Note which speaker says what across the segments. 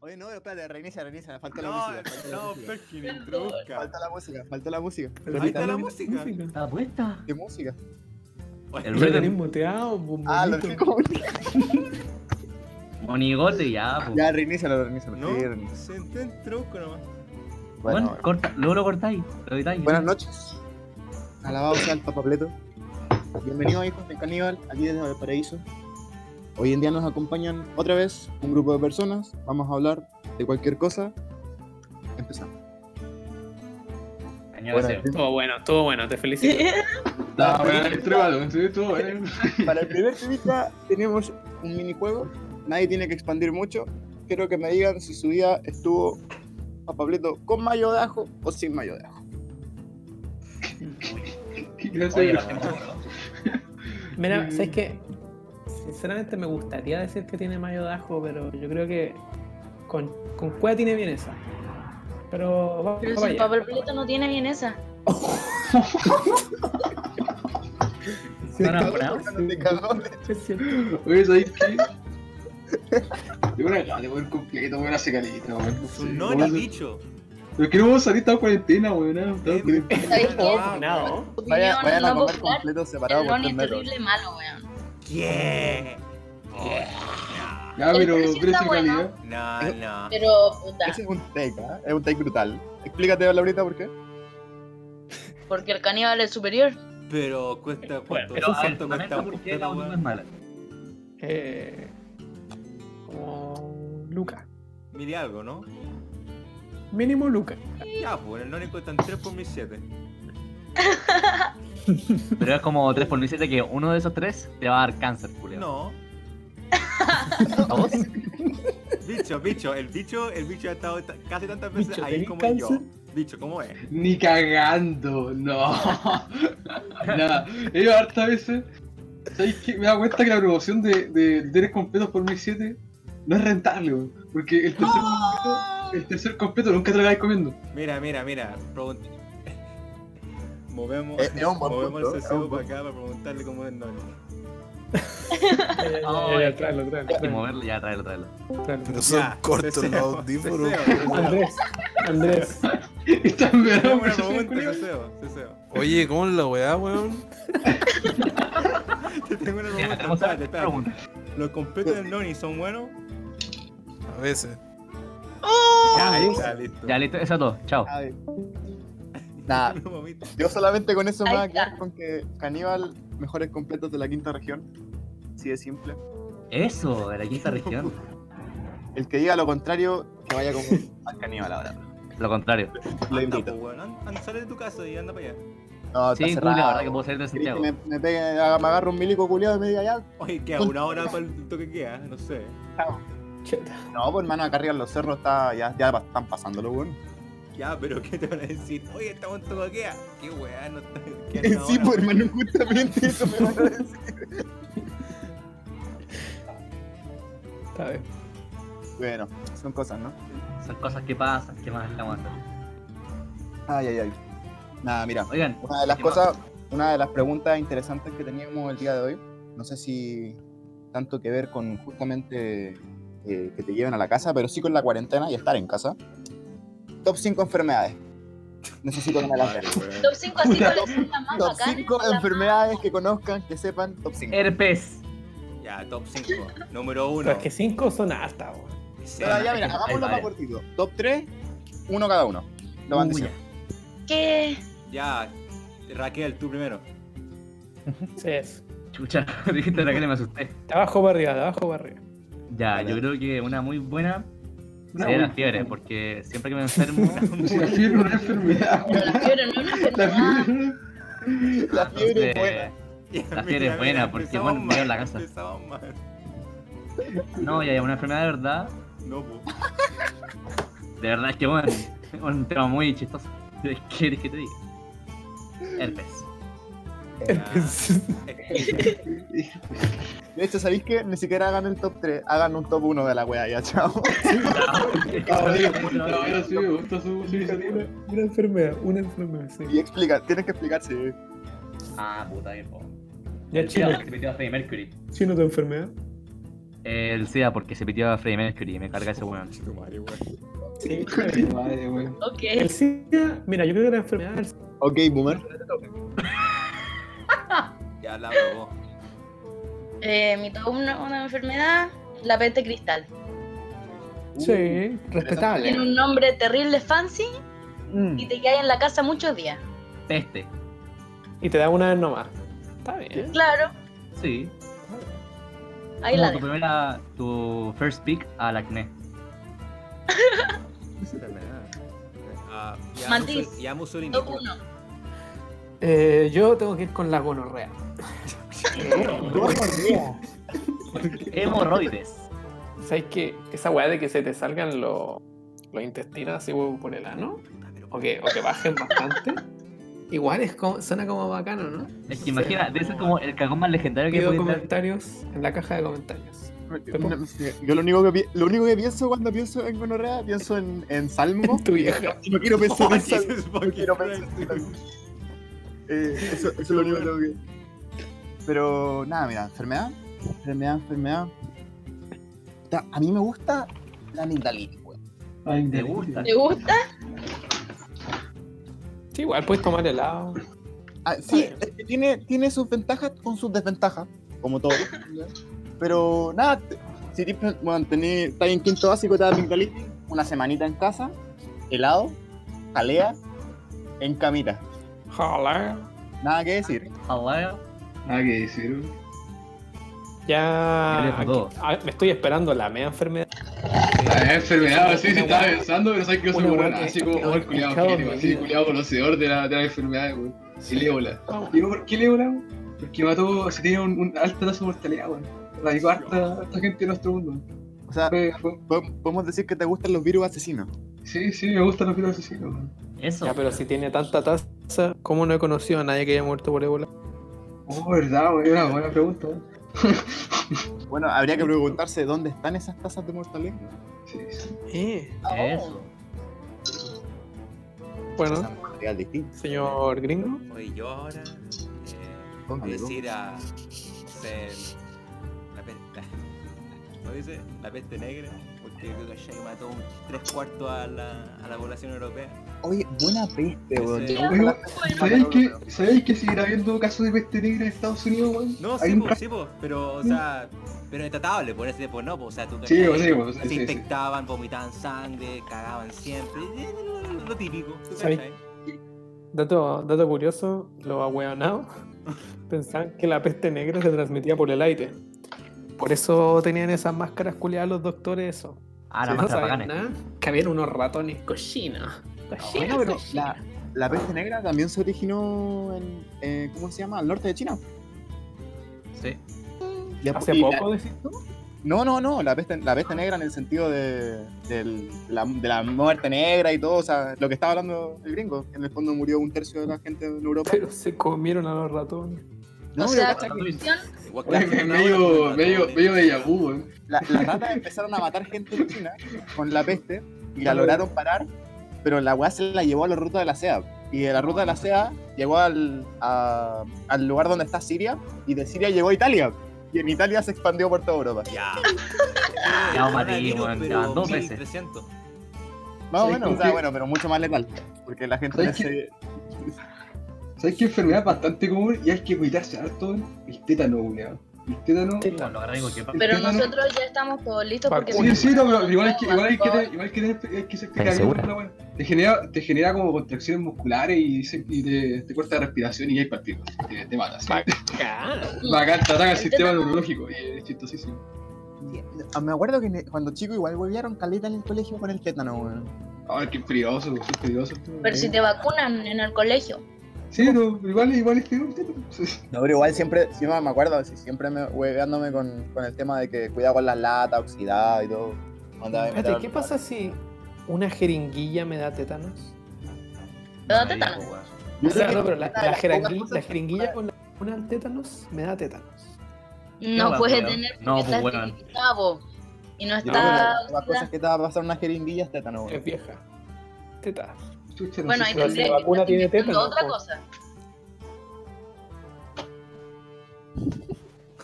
Speaker 1: Oye, no, espérate, reinicia, reinicia, falta la
Speaker 2: No,
Speaker 1: música. falta la
Speaker 2: no,
Speaker 1: música.
Speaker 2: Perkin, introduzca.
Speaker 1: Falta la música, falta la música.
Speaker 2: Ahí está la música.
Speaker 3: ¿Está puesta?
Speaker 1: ¿Qué música?
Speaker 3: El
Speaker 4: Lo tenéis
Speaker 3: rey
Speaker 4: muteado,
Speaker 1: Ah, lo
Speaker 4: bombonito.
Speaker 1: dejé como música.
Speaker 3: monigote ya, po.
Speaker 1: Ya, reinícialo, reinícialo.
Speaker 2: No,
Speaker 1: Sí, reinícialo.
Speaker 2: se entra en truco nomás.
Speaker 3: Bueno,
Speaker 1: Bueno,
Speaker 3: corta, luego lo cortáis, lo editáis.
Speaker 1: buenas noches. Alabado sea el papapleto. Bienvenidos, hijos del caníbal, aquí desde el paraíso. Hoy en día nos acompañan otra vez un grupo de personas. Vamos a hablar de cualquier cosa. Empezamos.
Speaker 3: Añádese.
Speaker 4: Estuvo bueno, estuvo bueno, te felicito.
Speaker 5: Ah, bueno, entrébalo, sí, estuvo bueno.
Speaker 1: Para el primer temita tenemos un minijuego. Nadie tiene que expandir mucho. Quiero que me digan si su día estuvo a Pablito con mayo de ajo o sin mayo de ajo.
Speaker 5: Yo soy
Speaker 3: Oye,
Speaker 5: el-
Speaker 3: la verdad,
Speaker 4: Mira,
Speaker 5: Mm.
Speaker 4: ¿sabes qué? Sinceramente me gustaría decir que tiene mayo de ajo, pero yo creo que con, con cueva tiene bien esa. Pero vamos
Speaker 6: Pero
Speaker 4: para
Speaker 6: si el
Speaker 4: allá.
Speaker 6: papelito no tiene bien esa.
Speaker 3: ¿No han apurado?
Speaker 4: Es cierto.
Speaker 5: Oye, ¿sabes qué? Yo una gana de poder completo, weón, hace caleta, weón.
Speaker 2: Su
Speaker 5: Sí,
Speaker 2: no
Speaker 5: weón,
Speaker 2: ni
Speaker 5: no-
Speaker 2: bicho. Em,
Speaker 5: Pero que no vamos a salir, estamos en cuarentena, weón. ah, estamos
Speaker 2: Eh,
Speaker 5: en cuarentena.
Speaker 6: ¿Sabéis qué?
Speaker 2: Ah,
Speaker 4: Nada, ¿no?
Speaker 1: Vayan,
Speaker 6: Opinión
Speaker 1: vayan a
Speaker 6: no
Speaker 1: comer
Speaker 6: popular,
Speaker 1: completo separado
Speaker 6: El
Speaker 1: por
Speaker 6: Loni
Speaker 1: tres
Speaker 6: es
Speaker 1: metros.
Speaker 6: terrible malo, weón.
Speaker 2: ¿Qué?
Speaker 5: Ya,
Speaker 6: El
Speaker 5: pero
Speaker 6: precio
Speaker 5: precio
Speaker 6: está
Speaker 5: y
Speaker 6: bueno.
Speaker 5: calidad.
Speaker 2: No, no.
Speaker 6: Pero, puta,
Speaker 1: Ese es un take, ¿ah? es un take brutal. Explícate, Laurita, por qué.
Speaker 6: porque el caníbal es superior.
Speaker 2: Pero cuesta cuánto,
Speaker 3: Pero a ver,
Speaker 2: cuánto
Speaker 3: lamenta
Speaker 2: cuesta
Speaker 3: por qué
Speaker 2: completo,
Speaker 3: la última es
Speaker 2: weón.
Speaker 3: mala.
Speaker 4: Eh, como Luca.
Speaker 2: Mire algo, ¿no?
Speaker 4: Mínimo Luca.
Speaker 2: Ya, pues el no le cuestan 3 por 1007.
Speaker 3: Pero es como 3 por 17 que uno de esos tres te va a dar cáncer, Julio.
Speaker 2: No.
Speaker 3: ¿A vos?
Speaker 2: Bicho, bicho, el bicho, el bicho ha estado ta- casi tantas veces
Speaker 4: Bicho,
Speaker 2: ahí
Speaker 4: ¿tenés
Speaker 2: como
Speaker 4: cáncer?
Speaker 2: yo. Bicho, ¿cómo es?
Speaker 5: Ni cagando, no. Nada, he ido hartas veces. ¿Sabes qué? Me he dado cuenta que la promoción de, de líderes completos por 1007 no es rentable, weón. Porque el tercer, completo, el tercer completo nunca te lo acabas comiendo.
Speaker 2: Mira, mira, mira. pregun- Movemos,
Speaker 1: Es- es un buen
Speaker 2: movemos
Speaker 1: punto,
Speaker 2: el
Speaker 1: es un
Speaker 2: CCU
Speaker 1: buen
Speaker 2: para acá para preguntarle cómo es el Noni.
Speaker 3: Oh,
Speaker 4: Eh, Tráelo, tráelo,
Speaker 3: Hay que ¿eh?
Speaker 4: tráelo,
Speaker 3: moverlo, ya, tráelo, tráelo.
Speaker 4: tráelo.
Speaker 7: No son
Speaker 2: Ya,
Speaker 7: cortos los
Speaker 2: deseo,
Speaker 7: audífonos.
Speaker 2: deseo, deseo.
Speaker 4: Andrés, Andrés.
Speaker 5: Está en verano,
Speaker 2: Tengo una
Speaker 5: pero
Speaker 2: pregunta,
Speaker 5: culiao.
Speaker 2: Ceseo, Ceseo.
Speaker 7: Oye, ¿cómo es la weá, weón?
Speaker 2: Te tengo una
Speaker 3: Ya,
Speaker 2: pregunta,
Speaker 3: tenemos otra
Speaker 2: espérate, espérate.
Speaker 3: pregunta.
Speaker 2: ¿Los completos del Noni son buenos?
Speaker 7: A veces.
Speaker 2: Ya, ahí está, listo.
Speaker 3: Ya, listo, eso es todo. Chao.
Speaker 1: A ver. Nada,
Speaker 2: Un momento.
Speaker 1: yo solamente con eso me
Speaker 6: Ahí
Speaker 1: voy a
Speaker 6: está.
Speaker 1: quedar con que Caníbal, mejores completos de la quinta región. Así de simple.
Speaker 3: Eso, de la quinta región.
Speaker 1: El que diga lo contrario, que vaya como al Caníbal ahora.
Speaker 3: Lo contrario.
Speaker 1: Lo
Speaker 2: Anda,
Speaker 1: invito.
Speaker 2: pues, weón, an- an- sale de tu casa y anda para allá.
Speaker 1: No,
Speaker 3: Sí, Julio, la verdad que puedo salir de
Speaker 1: ¿Querés que
Speaker 3: Santiago.
Speaker 1: me, me, pegue, haga- me agarro un milico culiado y me diga ya.
Speaker 2: Oye, queda una hora para el toque que queda, no sé.
Speaker 4: Chuta.
Speaker 1: No, pues hermano, acá arriba en los cerros está, ya, ya pa- están pasando los buenos.
Speaker 2: Ya, pero ¿qué te van a decir? Oye, estamos en toque que queda. Qué weá, no está. queda
Speaker 1: Sí,
Speaker 2: una hora,
Speaker 1: pues
Speaker 2: weón.
Speaker 1: hermano, justamente eso me van a decir.
Speaker 4: Está bien.
Speaker 1: Bueno, son cosas, ¿no?
Speaker 3: Son cosas que pasan, que más estamos haciendo.
Speaker 1: Ay, ay, ay. Nada, mira.
Speaker 3: Oigan,
Speaker 1: Una de las
Speaker 3: ¿qué
Speaker 1: cosas, una de las preguntas interesantes que teníamos el día de hoy, no sé si tanto que ver con justamente eh, que te lleven a la casa, pero sí con la cuarentena y estar en casa. Top 5 enfermedades. Necesito que me las den.
Speaker 6: Top 5 así
Speaker 5: Puta.
Speaker 6: cuáles son las más
Speaker 1: Top
Speaker 6: bacanas,
Speaker 1: 5
Speaker 6: las más-
Speaker 1: enfermedades que conozcan, que sepan, top 5.
Speaker 3: Herpes.
Speaker 2: Ya, top 5. Número
Speaker 4: Pero
Speaker 2: 1.
Speaker 4: es que cinco son altas, weón.
Speaker 1: Pero ya, mira,
Speaker 3: Hay
Speaker 1: hagámoslo más
Speaker 3: varias.
Speaker 1: cortito. Top 3, uno cada uno. Lo van
Speaker 3: Uy,
Speaker 1: diciendo.
Speaker 6: ¿Qué?
Speaker 2: Ya, Raquel, tú primero.
Speaker 4: Sí, es.
Speaker 3: Chucha, dijiste la que me asusté.
Speaker 4: De abajo para arriba, de abajo para arriba.
Speaker 3: Ya,
Speaker 1: Vale.
Speaker 3: yo creo que una muy buena
Speaker 5: Una
Speaker 3: sería la
Speaker 5: buena.
Speaker 3: fiebre, porque siempre que me enfermo,
Speaker 5: O sea, La fiebre es una enfermedad,
Speaker 6: Pero la fiebre no es una
Speaker 5: La
Speaker 6: enfermedad.
Speaker 5: fiebre es
Speaker 1: La fiebre es buena.
Speaker 3: entonces, La fiebre es buena, porque, bueno, me dio en la casa.
Speaker 2: Empezamos mal.
Speaker 3: no, ya, ya, una enfermedad de verdad,
Speaker 2: No, pues.
Speaker 3: de verdad es que bueno, es un tema muy chistoso. ¿Qué quieres que te diga? Herpes.
Speaker 4: Ah.
Speaker 1: De hecho, ¿sabéis qué? Ni siquiera hagan el top 3, hagan un top 1 de la wea ya, chao. Ah,
Speaker 5: Caballero, caballero, sí, me gusta su su iniciativa.
Speaker 4: Una enfermedad, una enfermedad, sí.
Speaker 1: Y explica, tienes que explicar si
Speaker 3: Ah, puta que po.
Speaker 4: Ya
Speaker 3: Mira,
Speaker 4: chino,
Speaker 3: lo que te metió a Freddie Mercury.
Speaker 4: chino tu enfermedad.
Speaker 3: El SEA porque se pitió a Freddie Mercury y me carga ese weón.
Speaker 2: Conche tu madre, weón.
Speaker 4: Sí.
Speaker 5: Madre, weón.
Speaker 6: Ok.
Speaker 4: El SIDA, mira, yo creo que la enfermedad del
Speaker 1: Ok, boomer.
Speaker 2: Ya la probó.
Speaker 6: Eh, mi top una, una enfermedad, la peste cristal.
Speaker 4: Uh, Sí, respetable. Mm.
Speaker 6: Tiene un nombre terrible fancy y te quedas en la casa muchos días.
Speaker 3: Peste.
Speaker 4: Y te da una vez nomás. Está bien.
Speaker 6: Claro,
Speaker 3: Sí.
Speaker 6: ahí la
Speaker 3: Como tu
Speaker 6: dejo.
Speaker 3: primera, tu first pick al acné.
Speaker 2: Enfermedad. Ah, ya
Speaker 6: Matiz.
Speaker 2: Mussol- Ya Mussolini.
Speaker 6: Top 1.
Speaker 4: Eh, yo tengo que ir con la gonorrea.
Speaker 3: Hemorroides.
Speaker 4: ¿Sabes qué? Esa weá de que se te salgan los los intestinos así weón, por el ano, o que, o que bajen bastante, igual es como, suena como bacano, ¿no?
Speaker 3: Es que imagina, de ese es como el cagón más legendario que
Speaker 4: Pido
Speaker 3: puede tener.
Speaker 4: comentarios en la caja de comentarios.
Speaker 1: Yo lo único, que, pi- lo único que pienso cuando pienso en gonorrea, pienso en, en salmo.
Speaker 4: Tu vieja.
Speaker 1: No quiero pensar en salmo.
Speaker 2: Jesus fucking
Speaker 1: quiero pensar en
Speaker 2: Christ.
Speaker 1: salmo. Eh, eso, eso es lo único que tengo que... Pero nada, mira, enfermedad, enfermedad, enfermedad. Ta- A mí me gusta la amigdalitis, weón.
Speaker 5: Ay,
Speaker 3: Te
Speaker 5: dale.
Speaker 3: gusta.
Speaker 6: ¿Te gusta?
Speaker 4: Sí, igual puedes tomar helado.
Speaker 1: Ah, sí, es que tiene, tiene sus ventajas con sus desventajas, como todo. Pero nada, te- si tienes- bueno, tenés- estás en quinto básico, te da amigdalitis, una semanita en casa, helado, jalea, en camita.
Speaker 4: Hola.
Speaker 1: Nada que decir.
Speaker 3: Alá.
Speaker 5: Nada que Ah, decir, weón.
Speaker 4: Ya.
Speaker 3: Ya le pasó.
Speaker 4: aquí- ah, me estoy esperando la media enfermedad.
Speaker 5: La enfermedad, sí, sí,
Speaker 4: Una
Speaker 5: estaba
Speaker 4: weá-
Speaker 5: pensando, pero sabes que yo soy
Speaker 4: una
Speaker 5: weón,
Speaker 4: weá que-
Speaker 5: así como,
Speaker 4: que
Speaker 5: oh, el
Speaker 4: he
Speaker 5: culiado
Speaker 4: escuchado en
Speaker 5: genio,
Speaker 4: mi
Speaker 5: así,
Speaker 4: vida.
Speaker 5: culiado conocedor de la, de la enfermedad, weón. El ébola. ¿Y por qué el ébola, weón? Porque mató, se tiene un, un alta tasa de mortalidad, weón. Radicó harta, harta gente en nuestro mundo.
Speaker 1: O sea,
Speaker 5: Fue- fue-
Speaker 1: po- podemos decir que te gustan los virus asesinos.
Speaker 5: Sí, sí, me gustan los virus asesinos, weón.
Speaker 3: Eso.
Speaker 4: Ya, pero si tiene tanta tasa, ¿cómo no he conocido a nadie que haya muerto por ébola?
Speaker 5: Oh, verdad, weón, era una buena pregunta, weón.
Speaker 1: Bueno, habría que preguntarse dónde están esas tasas de mortalidad.
Speaker 5: Sí, sí.
Speaker 4: Eh.
Speaker 3: Eso.
Speaker 4: Bueno,
Speaker 1: Esas mortalidades distintas.
Speaker 4: señor gringo.
Speaker 2: Oye, yo ahora. Eh,
Speaker 1: Póngale,
Speaker 2: voy a decir a. ser- La peste. ¿Cómo dice? La peste negra. Porque yo creo que Shai mató un tres cuartos a la, a la población europea.
Speaker 1: Oye, buena peste, weón.
Speaker 2: Sí.
Speaker 5: Oye, weón, ¿sabéis
Speaker 1: Bueno.
Speaker 5: que, ¿sabéis que seguirá habiendo casos de peste negra en Estados Unidos, weón?
Speaker 2: No,
Speaker 5: Hay
Speaker 2: sí,
Speaker 5: un
Speaker 2: po,
Speaker 5: caso-
Speaker 2: sí, po, pero, o sea, pero es tratable, por ese pues no, po, o sea, tú
Speaker 5: Sí,
Speaker 2: cachai,
Speaker 5: weón, sí, weón, sí,
Speaker 2: se
Speaker 5: sí, sí.
Speaker 2: infectaban, vomitaban sangre, cagaban siempre, eh, lo, lo típico, tú
Speaker 4: Sí.
Speaker 2: cachai.
Speaker 4: Dato, dato curioso, los ahueonados pensaban que la peste negra se transmitía por el aire. Por eso tenían esas máscaras culiadas los doctores, eso.
Speaker 3: Ah, la
Speaker 4: Si no
Speaker 3: máscara
Speaker 4: sabían
Speaker 3: pagana.
Speaker 4: nada, que habían unos ratones cochinos.
Speaker 1: Bueno, pero la, la peste negra también se originó en, eh, ¿cómo se llama? Al norte de China.
Speaker 3: Sí.
Speaker 1: Y después-
Speaker 4: Hace
Speaker 1: y la-
Speaker 4: poco, decís tú.
Speaker 1: no, no, no, la peste, la peste negra en el sentido de, del- la, de la muerte negra y todo, o sea, lo que estaba hablando el gringo, que en el fondo murió un tercio de la gente en Europa.
Speaker 4: Pero se comieron a los ratones.
Speaker 1: No,
Speaker 6: O
Speaker 1: pero
Speaker 6: sea,
Speaker 1: cacha que
Speaker 2: Igual que
Speaker 5: Weón,
Speaker 2: la-
Speaker 5: medio, medio, medio de yabú, weón.
Speaker 1: la- las ratas empezaron a matar gente en China con la peste y la lograron parar, pero la weá se la llevó a la ruta de la seda. Y de la ruta de la seda llegó al, a- al lugar donde está Siria y de Siria llegó a Italia. Y en Italia se expandió por toda Europa.
Speaker 2: Ya.
Speaker 3: Ya, Mati, weón, ya, dos veces.
Speaker 2: 300.
Speaker 1: Más o
Speaker 5: Sí,
Speaker 1: menos,
Speaker 5: como
Speaker 1: o sea,
Speaker 5: que-
Speaker 1: bueno, pero mucho más letal. Porque la gente
Speaker 5: Pero
Speaker 1: no
Speaker 5: es que-
Speaker 1: se-
Speaker 5: ¿Sabes qué enfermedad es bastante común y hay que cuidarse harto? weón? El tétano, weón. El tétano.
Speaker 3: Bueno, lo agarré en cualquier parte.
Speaker 6: Pero
Speaker 5: Este no-
Speaker 6: nosotros ya estamos todos listos porque
Speaker 5: Sí, sí, no, pero igual hay que, igual hay que,
Speaker 6: Por
Speaker 5: tener- igual hay que, tener- hay que ser precavido
Speaker 3: segura?
Speaker 5: con la weá. te genera, te genera como contracciones musculares y, se- y te, te corta la respiración y ya hay partido. Te, te matas.
Speaker 4: Bacán.
Speaker 5: Bacán, te ataca el
Speaker 6: El
Speaker 5: sistema
Speaker 6: tétano-
Speaker 5: neurológico. y Es chistosísimo.
Speaker 1: Ah, Me acuerdo que ne- cuando chico igual huevearon caleta en el colegio con el tétano, weón.
Speaker 5: Ay, qué peligroso, weón, qué peligroso.
Speaker 6: Pero si te vacunan en el colegio.
Speaker 5: Sí, no, pero igual, igual es peor el tétano.
Speaker 1: No, pero igual siempre, siempre me acuerdo, sí, siempre me, hueveándome con, con el tema de que cuidado con las latas, oxidado y todo. Andaba de
Speaker 4: Espérate,
Speaker 1: metal.
Speaker 4: ¿qué pasa si una jeringuilla me da tétanos?
Speaker 6: ¿Te da
Speaker 3: No me
Speaker 6: tétano?
Speaker 3: digas, weón.
Speaker 1: Yo creo
Speaker 4: O sea,
Speaker 1: que
Speaker 4: no, pero la,
Speaker 1: una
Speaker 4: la
Speaker 1: de las
Speaker 4: jerangui-
Speaker 1: pocas cosas
Speaker 4: la
Speaker 1: que-
Speaker 4: jeringuilla con la vacuna del tétanos me da tétanos.
Speaker 3: No,
Speaker 6: No
Speaker 3: pues,
Speaker 6: puedes
Speaker 3: weón.
Speaker 6: tener
Speaker 3: No,
Speaker 6: porque
Speaker 3: pues,
Speaker 6: estás
Speaker 3: weón.
Speaker 6: infectado y no
Speaker 1: Yo creo que la-
Speaker 6: está.
Speaker 1: las cosas que te va a pasar una jeringuilla es tétano,
Speaker 4: Es
Speaker 1: weón.
Speaker 4: vieja. Teta.
Speaker 5: Chucha, no
Speaker 6: Bueno,
Speaker 5: sé
Speaker 6: ahí
Speaker 5: si
Speaker 4: tendría
Speaker 5: lo digo.
Speaker 6: tendría
Speaker 4: la
Speaker 6: que
Speaker 4: vacuna
Speaker 6: estar
Speaker 4: tiene
Speaker 6: infectando
Speaker 4: tétanos,
Speaker 6: otra
Speaker 4: po.
Speaker 6: cosa.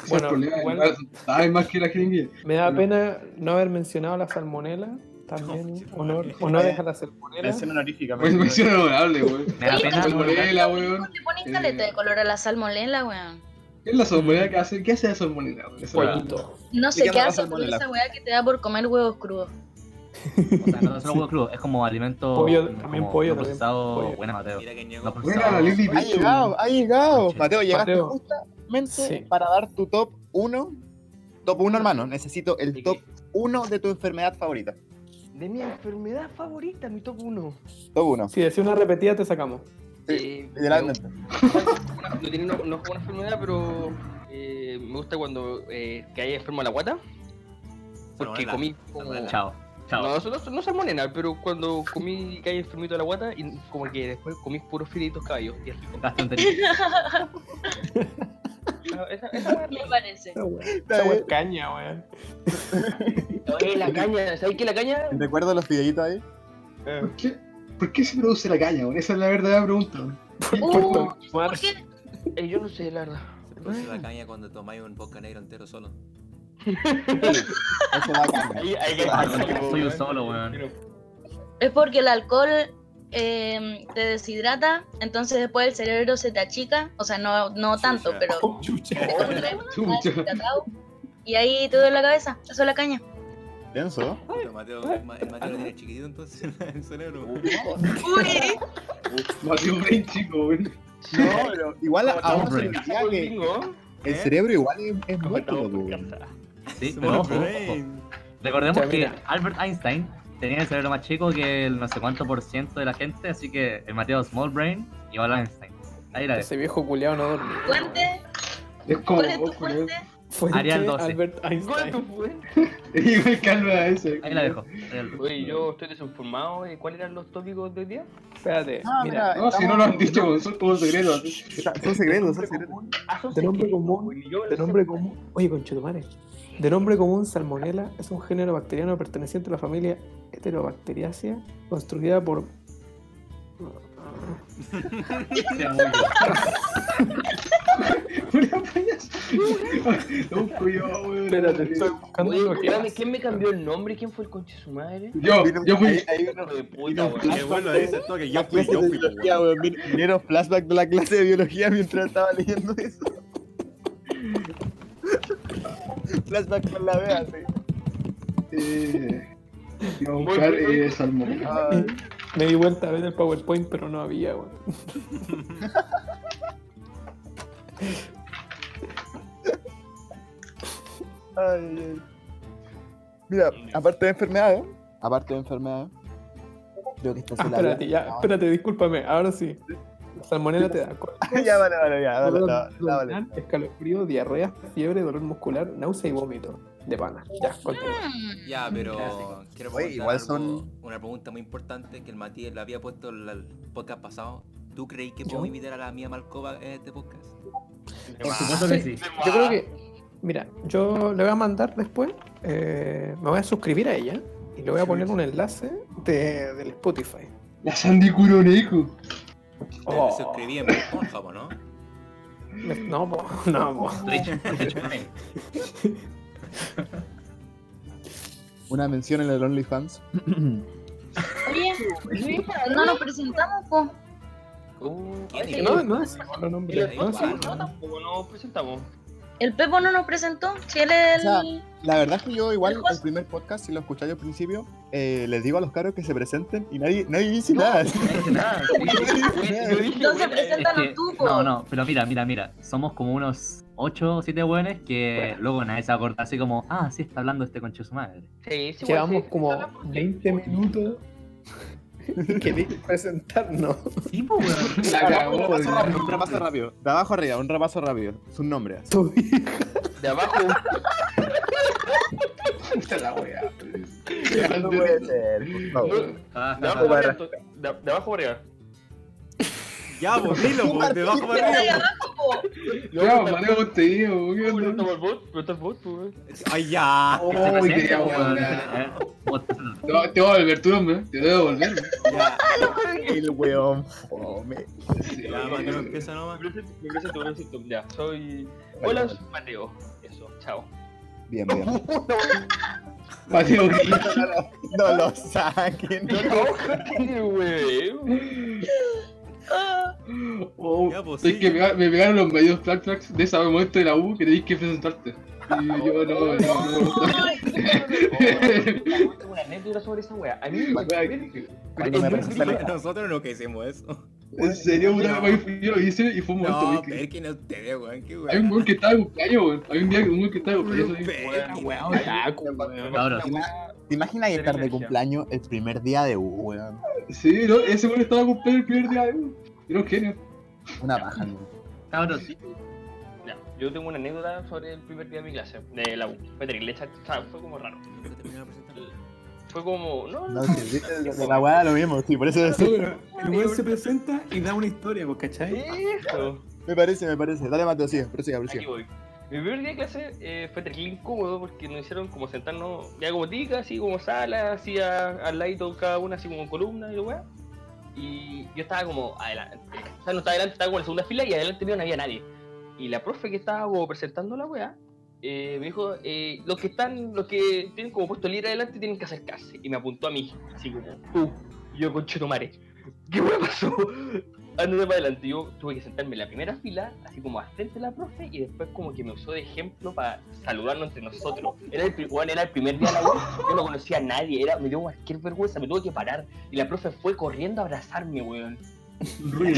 Speaker 5: Ese
Speaker 4: Bueno,
Speaker 5: es el problema,
Speaker 4: igual-
Speaker 5: igual saben más que la jeringuilla.
Speaker 4: Me da
Speaker 5: Bueno.
Speaker 4: pena no haber mencionado la salmonela. También
Speaker 2: No,
Speaker 4: honor,
Speaker 2: sí,
Speaker 4: honores a la salmonela.
Speaker 1: Mención honorífica.
Speaker 5: Pues
Speaker 1: pero-
Speaker 5: mención honorable, weón.
Speaker 3: Me da
Speaker 6: Sí,
Speaker 3: pena.
Speaker 6: también.
Speaker 3: weón. Eh.
Speaker 5: Salmonela, weón.
Speaker 6: Le ponen caleta de color a la salmonela, weón.
Speaker 5: ¿Qué es la salmonela que hace? ¿Qué hace la salmonela? weón? Esa weá.
Speaker 4: Pollito.
Speaker 6: No
Speaker 1: ¿Y
Speaker 6: sé
Speaker 1: qué
Speaker 6: qué
Speaker 1: onda la
Speaker 6: hace con
Speaker 1: salmonela?
Speaker 6: esa weá que te da por comer huevos crudos.
Speaker 3: O sea, no solo huevo crudo, es como alimento.
Speaker 4: Pollo, también
Speaker 3: como
Speaker 4: pollo,
Speaker 3: no
Speaker 4: también
Speaker 3: procesado.
Speaker 4: pollo.
Speaker 3: Buena, Mateo.
Speaker 2: Mira que llegó.
Speaker 3: No
Speaker 5: Buena la
Speaker 3: procesado.
Speaker 5: Lili
Speaker 1: Ha
Speaker 5: Pichu, weón.
Speaker 1: llegado, ha llegado.
Speaker 3: Conche.
Speaker 1: Mateo, llegaste
Speaker 4: Mateo.
Speaker 1: justamente
Speaker 4: Sí.
Speaker 1: para dar tu top 1. Top 1, hermano. Necesito el
Speaker 3: Sí,
Speaker 1: top 1 de tu enfermedad favorita.
Speaker 8: De mi enfermedad favorita, mi top 1.
Speaker 1: Top 1.
Speaker 4: Si decís una repetida, te sacamos.
Speaker 8: Eh,
Speaker 1: Literalmente.
Speaker 8: me- una- no, tiene, no, no es como una enfermedad, pero eh, me gusta cuando eh, que haya enfermo la guata. Porque
Speaker 2: Salmonela.
Speaker 8: comí como...
Speaker 2: Salmonela.
Speaker 3: Chao.
Speaker 8: No,
Speaker 3: Chao.
Speaker 8: eso no, no salmonela, pero cuando comí que haya enfermito de la guata y como que después comí puros filitos caballos. Y es rico.
Speaker 3: Gastroenteritis.
Speaker 8: Ah, Esa, esa weá
Speaker 6: Me parece.
Speaker 4: Esa wea-
Speaker 1: Está
Speaker 4: esa wea es
Speaker 1: bien.
Speaker 4: caña, weón.
Speaker 8: Oye, Eh, la caña, ¿sabes qué la caña?
Speaker 1: Recuerdo los videitos ahí.
Speaker 5: ¿Por qué, ¿Por qué se produce la caña, weón? Esa es la verdadera pregunta, weón.
Speaker 6: Uh,
Speaker 4: Fumar.
Speaker 6: ¿Por qué?
Speaker 8: Eh, yo no sé, la verdad.
Speaker 2: Se produce la caña cuando tomáis un boca negro entero solo.
Speaker 1: Eso va a cambiar.
Speaker 8: Ahí, ahí,
Speaker 3: Soy un solo, weón.
Speaker 6: Es porque el alcohol eh, te deshidrata, entonces después el cerebro se te achica, o sea, no, no tanto,
Speaker 2: Chucha.
Speaker 6: pero
Speaker 4: Oh, chucha.
Speaker 6: estás
Speaker 5: Chucha.
Speaker 6: deshidratado y ahí te duele la cabeza, eso es la caña.
Speaker 1: Denso.
Speaker 2: Pero Mateo, el Ma- el Mateo lo tiene chiquitito entonces el cerebro.
Speaker 6: Uy,
Speaker 5: Mateo bien chico, weón.
Speaker 1: No, pero igual a uno se le
Speaker 3: Outbreak.
Speaker 1: olvida que el
Speaker 2: ¿Eh?
Speaker 1: cerebro igual es, es músculo, po.
Speaker 3: Sí,
Speaker 2: Se
Speaker 3: pero
Speaker 2: mueve
Speaker 3: ojo,
Speaker 2: el
Speaker 3: ojo.
Speaker 2: brain.
Speaker 3: Recordemos
Speaker 4: Ya,
Speaker 3: que
Speaker 4: mira.
Speaker 3: Albert Einstein tenía el cerebro más chico que el no sé cuánto por ciento de la gente, así que el Mateo Small Brain y Albert Einstein. Ahí la ves.
Speaker 4: Ese viejo culiao no duerme.
Speaker 6: fuente,
Speaker 5: Es como.
Speaker 6: ¿cuál es tu
Speaker 5: weón.
Speaker 6: fuente?
Speaker 4: Fuente
Speaker 3: Arial 12.
Speaker 4: Albert Einstein.
Speaker 8: pues?
Speaker 5: Igual calma a ese.
Speaker 3: Ahí la dejo. ahí la dejo.
Speaker 8: Oye, yo estoy desinformado de cuáles eran los tópicos de hoy día.
Speaker 4: Espérate,
Speaker 1: Ah,
Speaker 4: mira.
Speaker 5: No, si no lo han dicho, weón, son como secretos. así.
Speaker 1: Son secretos, son secretos.
Speaker 8: Ah, son
Speaker 4: De nombre
Speaker 8: secretos,
Speaker 4: común,
Speaker 8: güey, yo
Speaker 4: De
Speaker 8: no
Speaker 4: nombre
Speaker 8: sé.
Speaker 4: común. Oye, conchetumare. De nombre común, Salmonella es un género bacteriano perteneciente a la familia Heterobacteriaceae, construida por.
Speaker 3: Sea muy bien.
Speaker 5: Una payaso. Un cuidado, weón.
Speaker 4: buscando
Speaker 8: Oye,
Speaker 4: lo que
Speaker 8: espérame,
Speaker 4: es.
Speaker 8: ¿quién me cambió el nombre y quién fue el conche de su madre?
Speaker 5: Yo, yo fui.
Speaker 1: Ahí- ahí vino-
Speaker 8: Hijo de puta, güey.
Speaker 2: El bueno dice el toque, yo
Speaker 1: la
Speaker 2: fui,
Speaker 1: clase
Speaker 2: yo
Speaker 1: de
Speaker 2: fui. pues,
Speaker 1: biología,
Speaker 2: weón.
Speaker 1: weón. Vin- Vinieron flashback de la clase de biología mientras estaba leyendo eso. flashback con la vea, sí.
Speaker 5: Eh, iba a buscar eh, salmón.
Speaker 1: Ay,
Speaker 4: Me di vuelta a ver el PowerPoint, pero no había, weón.
Speaker 1: ay, ay. Mira, aparte de enfermedades, aparte de enfermedades, creo que esta
Speaker 4: Ah,
Speaker 1: se la
Speaker 4: espérate,
Speaker 1: había-
Speaker 4: ya, espérate, discúlpame. Ahora sí. La salmonela te da col-
Speaker 1: ya, vale, vale, ya, dale,
Speaker 4: dolor
Speaker 1: dale, dale.
Speaker 4: abdominal, escalofrío, diarrea, fiebre, dolor muscular, náusea y vómito. De pana. Ya, continúa.
Speaker 6: Mm,
Speaker 2: Ya, pero quiero
Speaker 1: Oye,
Speaker 2: preguntar
Speaker 1: igual
Speaker 2: algo-
Speaker 1: son-
Speaker 2: una pregunta muy importante que el Matías le había puesto en el podcast pasado. ¿Tú creí que puedo
Speaker 4: ¿Yo?
Speaker 2: invitar a la mía Malcova en este podcast?
Speaker 3: Por supuesto que sí.
Speaker 4: Yo creo que, mira, yo le voy a mandar después, eh, me voy a suscribir a ella y le voy a poner un enlace de, del Spotify.
Speaker 5: La Sandy Curoneco.
Speaker 2: Me suscribí en Pornhub, ¿no?
Speaker 4: Me- No, po, no, po.
Speaker 3: Twitch, Twitch Prime.
Speaker 1: Una mención en el OnlyFans.
Speaker 6: Oye, no nos presentamos, po.
Speaker 8: Uh,
Speaker 2: ¿Quién
Speaker 8: ay,
Speaker 2: es?
Speaker 8: que
Speaker 4: No, no es los
Speaker 8: que
Speaker 4: nombres.
Speaker 8: la-
Speaker 4: No,
Speaker 8: Ah, No,
Speaker 4: sí,
Speaker 8: tampoco nos presentamos.
Speaker 6: El Pepo no nos presentó, si él es
Speaker 1: O
Speaker 6: el...
Speaker 1: La verdad es que yo igual
Speaker 6: Pero, José-
Speaker 1: el primer podcast, si lo escucháis al principio, eh, les digo a los caros que se presenten y nadie, nadie dice nada.
Speaker 3: No dice nada.
Speaker 8: Yo dije,
Speaker 6: Entonces
Speaker 8: güey, eh,
Speaker 6: preséntanos
Speaker 3: Es que-
Speaker 6: tú, po.
Speaker 3: no, no, pero mira, mira, mira. Somos como unos 8 o 7 hueones que luego nadie se acorda así como, ah, sí está hablando este conche su madre.
Speaker 8: sí, sí, güey,
Speaker 4: Llevamos
Speaker 8: sí.
Speaker 4: eh, como 20 minutos y queréis presentarnos.
Speaker 3: Sí, pues, weón.
Speaker 5: La
Speaker 1: Un
Speaker 5: cagó.
Speaker 1: repaso rápido,
Speaker 5: weón.
Speaker 1: un repaso rápido. De abajo arriba, un repaso rápido. Sus nombres.
Speaker 8: De abajo,
Speaker 5: Puta la wea.
Speaker 1: No puede ser, por favor.
Speaker 8: de
Speaker 3: Ah,
Speaker 8: abajo para arriba. De de abajo para arriba.
Speaker 2: Ya, pues dilo, pues, de abajo para
Speaker 6: Ahí
Speaker 2: arriba.
Speaker 6: abajo, po.
Speaker 5: Ya, Mateo, contenido, weón, ¿qué
Speaker 8: Pero
Speaker 5: onda?
Speaker 8: está el bot, pero está el bot, güey.
Speaker 2: Ay, ya.
Speaker 5: Oh,
Speaker 3: se
Speaker 5: qué
Speaker 3: presenta,
Speaker 5: wea,
Speaker 3: pues, weón.
Speaker 5: weón.
Speaker 3: Eh, vos-
Speaker 5: Te voy a devolver, tú, hombre. Te voy a devolver.
Speaker 2: Ya.
Speaker 1: El weón fome.
Speaker 2: Ya, para que no empieza nomás.
Speaker 8: Me presento- me presento, me presento, ya. Soy. Hola, soy Mateo. Eso, chao.
Speaker 1: Bien, bien.
Speaker 5: Mateo,
Speaker 1: No, no, no, no lo saquen. no lo-
Speaker 5: oh,
Speaker 2: Ya, pues,
Speaker 5: es
Speaker 2: sí.
Speaker 5: que me, me pegaron los medios flat tracks de ese momento de la U que tenéis que presentarte. Y yo no, no, no. no.
Speaker 8: Una anécdota sobre esa wea. A mí
Speaker 1: Cuando me presenté
Speaker 2: Nosotros-
Speaker 1: la-
Speaker 2: Nosotros no que hicimos eso.
Speaker 5: En serio, una vez fui- yo lo hice y fue un momento
Speaker 2: No,
Speaker 5: muy crítico.
Speaker 2: Perkin, ustedes, weón. Qué
Speaker 5: Hay un
Speaker 2: weón.
Speaker 5: weón que estaba de cumpleaños, weón. Hay un día que un weón que estaba de cumpleaños. ahí.
Speaker 2: Perkin.
Speaker 3: Cabros,
Speaker 1: ¿Te imaginas estar de cumpleaños el primer día de U, weón?
Speaker 5: Sí, no, ese weón estaba de cumpleaños el primer día de U. Era un genio.
Speaker 1: Una paja, weón.
Speaker 3: cabros,
Speaker 8: Ya, yo tengo una anécdota sobre el primer día de mi clase, de la U. Fue terrible, cha- o sea, fue como raro. Fue como, no, no,
Speaker 1: No, si viste de la weá lo mismo, sí, por eso
Speaker 4: No, pero el weón se presenta y da una historia, pues, ¿cachai?
Speaker 8: eso.
Speaker 1: me parece, me parece. Dale, Mateo, sigue, prosiga,
Speaker 8: Aquí
Speaker 1: prosiga.
Speaker 8: voy. Mi primer día de clase eh, fue terrible incómodo porque nos hicieron como sentarnos, ya como tica, así como sala, así a- al lado cada una, así como columna y lo weá. Y yo estaba como adelante, o sea, no estaba adelante, estaba como en la segunda fila y adelante mío no había nadie. Y la profe que estaba como presentando la weá, eh, me dijo, eh, los que están, los que tienen como puesto líder adelante tienen que acercarse. Y me apuntó a mí, así como, tú, y yo con Chetumare. ¿Qué weá pasó? Andate para adelante, yo tuve que sentarme en la primera fila, así como al frente de la profe, y después como que me usó de ejemplo para saludarnos entre nosotros. Era el, pri- weón, era el primer día de la U, yo no conocía a nadie, era, me dio cualquier vergüenza, me tuve que parar. Y la profe fue corriendo a abrazarme, weón. Fue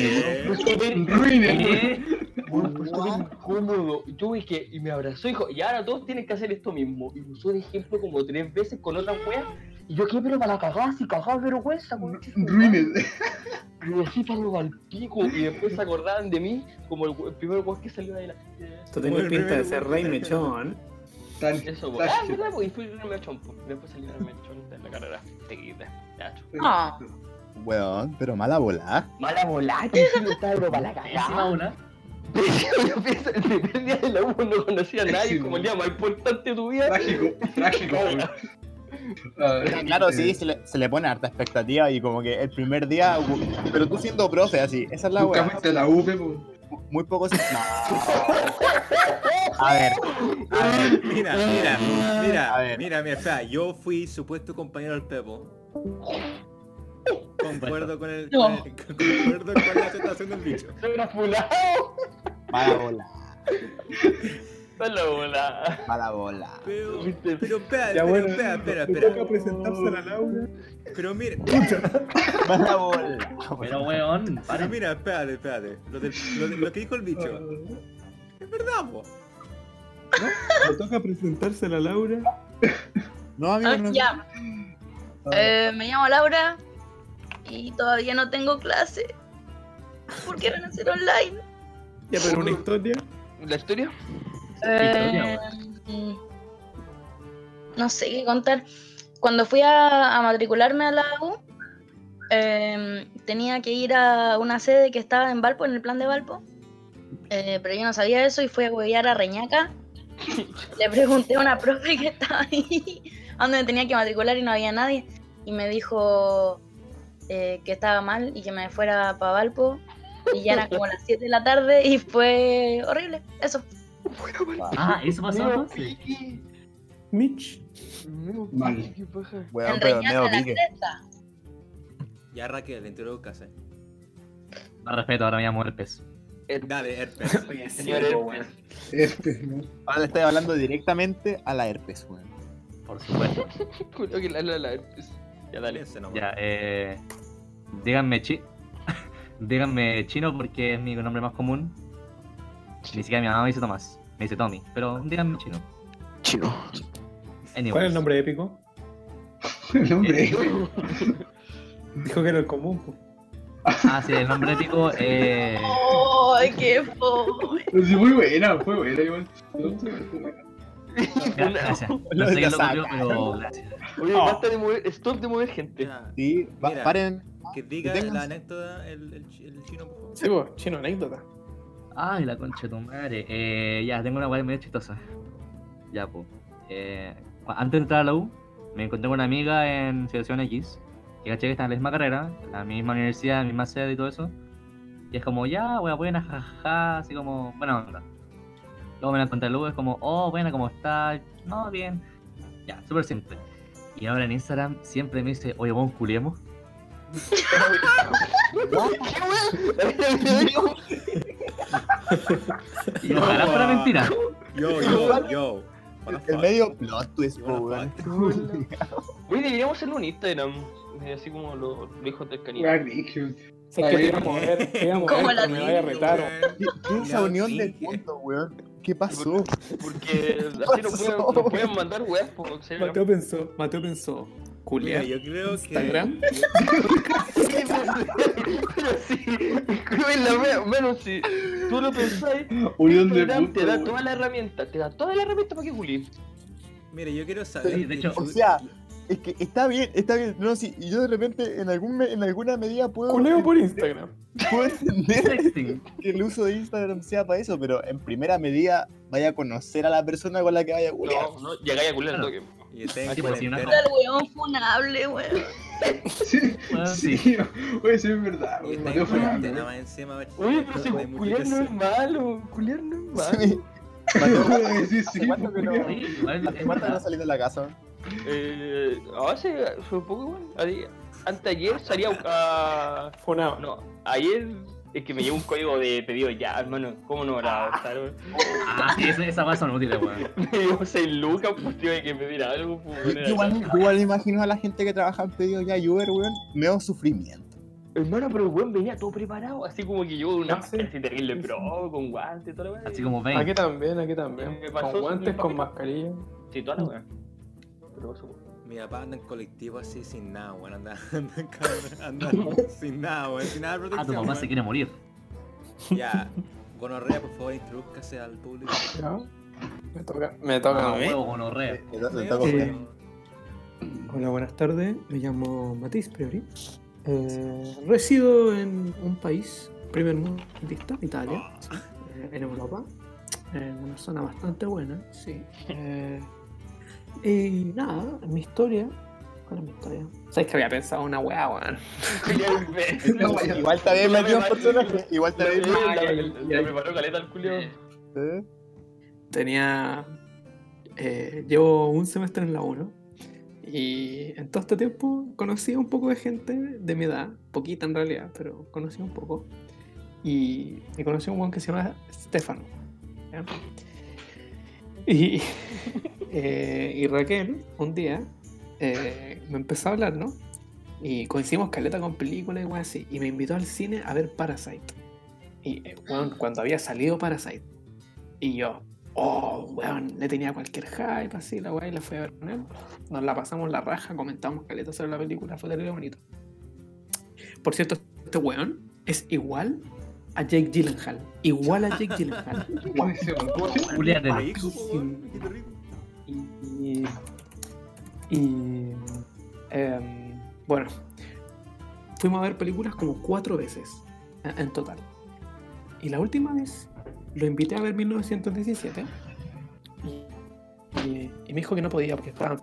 Speaker 8: súper-
Speaker 5: Ruine.
Speaker 8: Weón, fue súper incómodo. Y tuve que, y me abrazó y dijo, y ahora todos tienen que hacer esto mismo. Y me usó de ejemplo como tres veces con otra wea. Y yo qué pero para la cagada, si cagada de vergüenza, weón.
Speaker 5: Mm, Ruines.
Speaker 8: Y así para al pico. Y después se acordaban de mí como el, el primer weón que salió de la.
Speaker 4: Tú tenías pinta de ser rey mechón.
Speaker 5: Tan
Speaker 8: Eso, weón. Ah, verdad, pues, y fui el mechón. po. Después salí el mechón de la carrera. Seguida. Cacho.
Speaker 6: Ah.
Speaker 1: Weón, pero mala volá.
Speaker 8: Mala volada, que sí, estaba pero para la
Speaker 3: pésima
Speaker 8: cagada.
Speaker 3: una.
Speaker 8: Pésimo, yo pienso, el primer día de la U no conocía a nadie,
Speaker 5: Pésimo.
Speaker 8: como el día más importante de tu vida.
Speaker 5: Trágico, trágico. weón. Ah,
Speaker 1: Claro, sí, se le, se le pone harta expectativa y como que el primer día, u- pero tú siendo profe, así, esa es la
Speaker 5: Nunca
Speaker 1: weá.
Speaker 5: fuiste a la U, Pepo.
Speaker 1: Muy poco se... No. A ver, a ver.
Speaker 4: Ah,
Speaker 2: Mira, mira,
Speaker 1: A
Speaker 2: mira,
Speaker 1: ver.
Speaker 2: mira, mira, espera, yo fui supuesto compañero del Pepo. Concuerdo con el.
Speaker 6: No.
Speaker 2: con el- Concuerdo con la aceptación del bicho.
Speaker 8: Soy una fulao.
Speaker 1: Mala bola,
Speaker 8: Mala volada.
Speaker 1: mala bola.
Speaker 2: Pero, pero espera,
Speaker 4: Ya,
Speaker 2: pero
Speaker 4: bueno,
Speaker 2: espera, espera,
Speaker 4: le
Speaker 2: espera.
Speaker 4: toca presentarse a la Laura.
Speaker 2: Pero mira,
Speaker 1: Mala bola.
Speaker 3: Pero weón,
Speaker 2: pero
Speaker 3: paren.
Speaker 2: mira, espérate, espérate. Lo, del- lo de- lo que dijo el
Speaker 4: Ah,
Speaker 2: bicho. Es verdad, po.
Speaker 4: Le toca presentarse a la Laura.
Speaker 1: No,
Speaker 6: Ah,
Speaker 1: amigo, no.
Speaker 6: ya. Eh, me llamo Laura y todavía no tengo clase porque van a ser online.
Speaker 4: Ya, pero una historia.
Speaker 8: ¿La historia?
Speaker 6: Eh, no sé qué contar. Cuando fui a, a matricularme a la U, eh, tenía que ir a una sede que estaba en Valpo, en el plan de Valpo. Eh, pero yo no sabía eso y fui a huevear a Reñaca. Le pregunté a una profe que estaba ahí, a dónde me tenía que matricular y no había nadie. Y me dijo eh, que estaba mal y que me fuera para Valpo. Y ya eran como las 7 de la tarde y fue horrible. Eso.
Speaker 3: Ah, eso pasó entonces.
Speaker 4: Mitch.
Speaker 5: Mal.
Speaker 1: Weón,
Speaker 6: en
Speaker 1: pero
Speaker 6: Reñaca,
Speaker 1: medio
Speaker 6: la
Speaker 1: pique.
Speaker 6: cresta.
Speaker 2: Ya Raquel, dentro de casa.
Speaker 3: Más respeto, ahora me llamo herpes.
Speaker 2: Dale, herpes.
Speaker 8: Señor Herpes.
Speaker 5: Este, ¿no?
Speaker 1: Ahora le estoy hablando directamente a la herpes, weón.
Speaker 3: Por supuesto.
Speaker 8: Juro que la, la, la Herpes. Ya dale.
Speaker 2: Piensa nomás.
Speaker 3: Ya, eh. Díganme chi. Díganme chino porque es mi nombre más común. Ni siquiera mi mamá me dice Tomás. Me dice Tommy. Pero díganme chino.
Speaker 8: Chido.
Speaker 3: Anyways.
Speaker 4: ¿Cuál es el nombre épico?
Speaker 5: El hombre.
Speaker 4: Dijo que era el común. pues. po.
Speaker 3: Ah, sí, el nombre épico. Eh,
Speaker 6: ¡Ay, qué fo!
Speaker 5: Sí, muy buena, fue buena igual. No, sí, fue buena.
Speaker 3: gra- gracias. No sé quién lo copió, pero gracias.
Speaker 8: Oye, basta de mover, stop de mover gente.
Speaker 2: Ya,
Speaker 1: Sí, va-
Speaker 2: Mira.
Speaker 1: paren.
Speaker 2: Que diga
Speaker 1: Detengas.
Speaker 2: la anécdota el, el, chi- el chino, por favor.
Speaker 4: Sí, po, chino, anécdota.
Speaker 3: Ay, la concha de tu madre. Eh, ya, tengo una guay medio chistosa. Ya, Eh, pues. antes de entrar a la U, me encontré con una amiga en Situación X. que caché que están en la misma carrera, en la misma universidad, en la misma sede y todo eso. Y es como, ya, wea, buena, jajaja, así como, buena onda. Luego me la encontré luego, es como, oh, buena, ¿cómo estás? No, bien. Ya, súper simple. Y ahora en Instagram siempre me dice, oye, vos culiemos. Y ojalá fuera mentira.
Speaker 2: Yo, yo, yo. What
Speaker 1: El
Speaker 2: the fuck?
Speaker 1: medio plot twist,
Speaker 2: What the
Speaker 1: po, weón.
Speaker 8: Oye, deberíamos hacerlo en Instagram. eh, Así como lo- los hijos del
Speaker 5: Wea,
Speaker 8: canino.
Speaker 5: brígido.
Speaker 4: Sé que te iba a mover, te iba a mover,
Speaker 6: Como la
Speaker 4: pero me vaya a retar.
Speaker 1: ¿Qué, qué es esa
Speaker 2: Ya,
Speaker 1: unión
Speaker 2: sí,
Speaker 1: del
Speaker 2: que-
Speaker 1: mundo, weón? ¿Qué pasó?
Speaker 8: Porque así nos pueden,
Speaker 1: pasó?
Speaker 8: nos pueden mandar weas por Instagram.
Speaker 4: Mateo pensó, Mateo pensó,
Speaker 2: Mira,
Speaker 4: culiar,
Speaker 2: yo creo que.
Speaker 4: Instagram.
Speaker 8: Pero sí, es la wea. Menos si tú lo pensáis,
Speaker 5: Unión de
Speaker 8: Instagram te da
Speaker 5: putos.
Speaker 8: toda la herramienta. Te da toda la herramienta para que culies.
Speaker 2: Mira, yo quiero saber.
Speaker 3: Sí, de hecho,
Speaker 2: tú-
Speaker 1: o sea, Es que está bien, está bien. No, sí, y yo de repente en, algún me- en alguna medida puedo,
Speaker 4: Culeo por Instagram.
Speaker 1: puedo entender
Speaker 3: Sexting.
Speaker 1: que el uso de Instagram sea para eso, pero en primera medida vaya a conocer a la persona con la que vaya a culiar.
Speaker 8: No, no, llegáis a culiar al
Speaker 3: Claro.
Speaker 8: toque.
Speaker 2: y está en
Speaker 3: Sí, pues, si una-
Speaker 2: cuarentena.
Speaker 6: El weón funable, weón.
Speaker 5: Sí,
Speaker 3: Bueno,
Speaker 5: sí.
Speaker 3: sí.
Speaker 5: Oye, sí, es verdad.
Speaker 2: Y
Speaker 5: weón.
Speaker 2: está en
Speaker 5: Mateo fue grande.
Speaker 2: cuarentena más encima. macho.
Speaker 8: Oye, pero si
Speaker 2: Hay
Speaker 8: culiar no es
Speaker 2: multiplicación.
Speaker 8: malo. Culiar no es malo.
Speaker 1: Sí.
Speaker 5: Mateo, sí, sí.
Speaker 1: ¿Hace cuánto que no-
Speaker 5: weón.
Speaker 3: Sí, igual
Speaker 1: ¿Hace cuánto
Speaker 3: es
Speaker 1: no
Speaker 3: verdad.
Speaker 1: has salido de la casa?
Speaker 8: Eh, hace, hace poco, weón. ahí- Anteayer salí a. a-
Speaker 4: Fonaba.
Speaker 8: No, ayer es que me llegó un código de pedido ya, hermano. ¿Cómo no me la adaptaron?
Speaker 3: Ah, sí, esa, esa weá son útiles, weón.
Speaker 8: Me llegó 6 lucas, pues tuve que pedir algo. Pues,
Speaker 1: Yo
Speaker 8: weón, era-
Speaker 1: igual, yo igual me imagino a la gente que trabaja en pedido ya Uber, weón. Meo sufrimiento.
Speaker 8: Hermano, pero el weón venía todo preparado, así como que llegó una
Speaker 4: Ah, sí.
Speaker 8: máscara así terrible pro, con guantes, toda la weá.
Speaker 3: Así como
Speaker 4: Aquí
Speaker 3: 20.
Speaker 4: también, aquí también.
Speaker 8: Me pasó
Speaker 4: Con guantes,
Speaker 8: su-
Speaker 4: con mascarilla.
Speaker 8: Sí, toda la weá. Pero eso, weón.
Speaker 2: Mi papá anda en colectivo así sin nada, weón. Anda, anda, en carro- anda sin nada, weón. Sin nada de
Speaker 3: Ah, tu
Speaker 2: protección.
Speaker 3: mamá
Speaker 2: weón.
Speaker 3: se quiere morir.
Speaker 2: Ya. Gonorrea, por favor, introdúzcase al público.
Speaker 4: ¿Ya? Me toca. Me toca.
Speaker 3: Ah, huevo, gonorrea.
Speaker 1: Entonces, está
Speaker 2: Meo,
Speaker 1: como-
Speaker 4: Sí. Hola, buenas tardes. Me llamo Matiz Priori. Eh, resido en un país primer mundista, Italia, sí, eh, en Europa. En una zona bastante buena, sí. Eh, y nada, mi historia. ¿Cuál es mi historia? ¿Sabes que había pensado una weá, weón?
Speaker 8: Culiao, imbécil.
Speaker 1: Igual está bien metido un personaje. Igual está bien.
Speaker 8: La- la- la- la preparó caleta el culiao.
Speaker 1: ¿Eh?
Speaker 4: tenía. eh, llevo un semestre en la 1 y en todo este tiempo conocí a un poco de gente de mi edad, poquita en realidad, pero conocí un poco. Y, y conocí a un weón que se llama Stefano. ¿ya? Y, eh, y Raquel, un día, eh, me empezó a hablar, ¿no? Y coincidimos caleta con películas y weas así. Y me invitó al cine a ver Parasite. Y eh, weón, cuando había salido Parasite. Y yo, oh, weón, le tenía cualquier hype así, la weá, y la fui a ver con él. Nos la pasamos la raja, comentamos caleta sobre la película, fue terrible bonito. Por cierto, este weón es igual a Jake Gyllenhaal. Igual a Jake Gyllenhaal.
Speaker 5: Weón, ese
Speaker 1: Oh,
Speaker 5: weón.
Speaker 3: Julia de
Speaker 2: Rico, weón. Qué rico.
Speaker 4: Y. y- y, em, bueno, fuimos a ver películas como cuatro veces eh, en total. Y la última vez lo invité a ver 1917. Y, y- y me dijo que no podía porque estaba.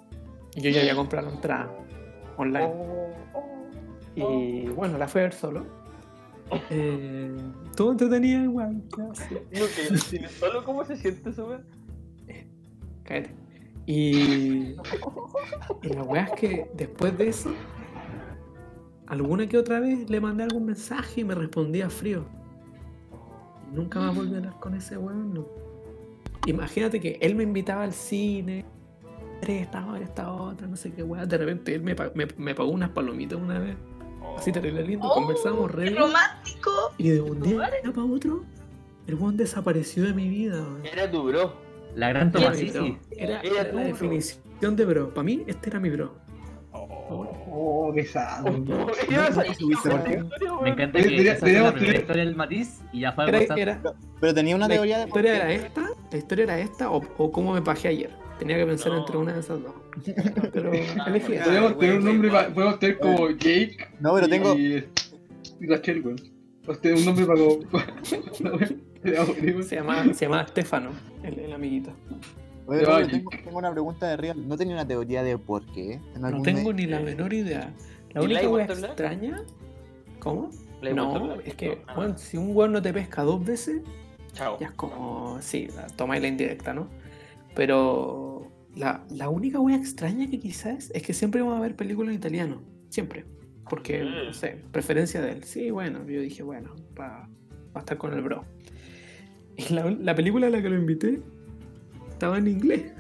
Speaker 4: Y yo ya había comprado la entrada online.
Speaker 8: Oh,
Speaker 4: Y bueno, la fui a ver solo. Eh, todo entretenida igual, casi.
Speaker 8: No, que tiene solo cómo se siente eso, weón.
Speaker 4: Cállate. Y, y la weá es que después de eso, alguna que otra vez le mandé algún mensaje y me respondía frío. Y Nunca más volví a hablar con ese weón. no. Imagínate que él me invitaba al cine, tres, esta hora, esta otra, no sé qué weá. De repente él me, pa- me- me pagó unas palomitas una vez. Así terrible lindo,
Speaker 6: Oh,
Speaker 4: conversábamos re
Speaker 6: qué
Speaker 4: bien.
Speaker 6: romántico.
Speaker 4: Y de un día para otro, el weón desapareció de mi vida. weón.
Speaker 8: Era tu bro.
Speaker 3: La gran
Speaker 4: Era,
Speaker 3: Tomás,
Speaker 4: mi
Speaker 3: sí,
Speaker 4: bro.
Speaker 3: sí.
Speaker 4: Era-
Speaker 8: Era
Speaker 4: era
Speaker 8: tu
Speaker 4: la
Speaker 8: bro.
Speaker 4: definición de bro. Para mí, este era mi bro.
Speaker 5: Oh, qué sano.
Speaker 8: Yo no sabía
Speaker 1: ¿Subiste por qué?
Speaker 8: historia, weón.
Speaker 3: Me encanta
Speaker 5: Oye,
Speaker 3: que
Speaker 5: tenía-
Speaker 3: esa sea la primera
Speaker 5: teníamos- teníamos-
Speaker 3: historia del matiz y ya fue a
Speaker 4: Era,
Speaker 3: WhatsApp.
Speaker 4: era-
Speaker 1: Pero tenía una
Speaker 4: la
Speaker 1: teoría de.
Speaker 4: historia era esta, la historia era esta o, o cómo me pajé ayer. Tenía que pensar
Speaker 8: No.
Speaker 4: entre una de esas dos. Pero elegí
Speaker 2: por
Speaker 4: esta.
Speaker 2: acá.
Speaker 5: Podemos tener un nombre, pa- podemos tener como Jake.
Speaker 1: No, Eh, pero tengo.
Speaker 5: Y y Rachel, weón. Podemos tener un nombre para como. No, weón. Era bonito.
Speaker 4: Se llamaba, se llamaba Stefano, el, el amiguito.
Speaker 1: Oye, Pablo,
Speaker 5: Ay.
Speaker 1: tengo, tengo una pregunta de real. No tenía una teoría de por qué. en
Speaker 4: No
Speaker 1: algún
Speaker 4: tengo
Speaker 1: medio.
Speaker 4: ni la menor idea. La
Speaker 8: ¿Y el
Speaker 4: única
Speaker 8: Iron
Speaker 4: wea
Speaker 8: Man Black?
Speaker 4: extraña. ¿Cómo?
Speaker 8: ¿Le gustó
Speaker 4: No,
Speaker 8: el-
Speaker 4: es que,
Speaker 8: Ah,
Speaker 4: bueno, si un weón no te pesca dos veces,
Speaker 8: Chao.
Speaker 4: ya es como. Sí, la- tomáis la indirecta, ¿no? Pero. La, la única wea extraña que quizás es que siempre vamos a ver películas en italiano. Siempre. Porque,
Speaker 8: Mm.
Speaker 4: no sé, preferencia de él. Sí, bueno, yo dije, bueno, para estar con el bro. Y la, la película a la que lo invité estaba en inglés.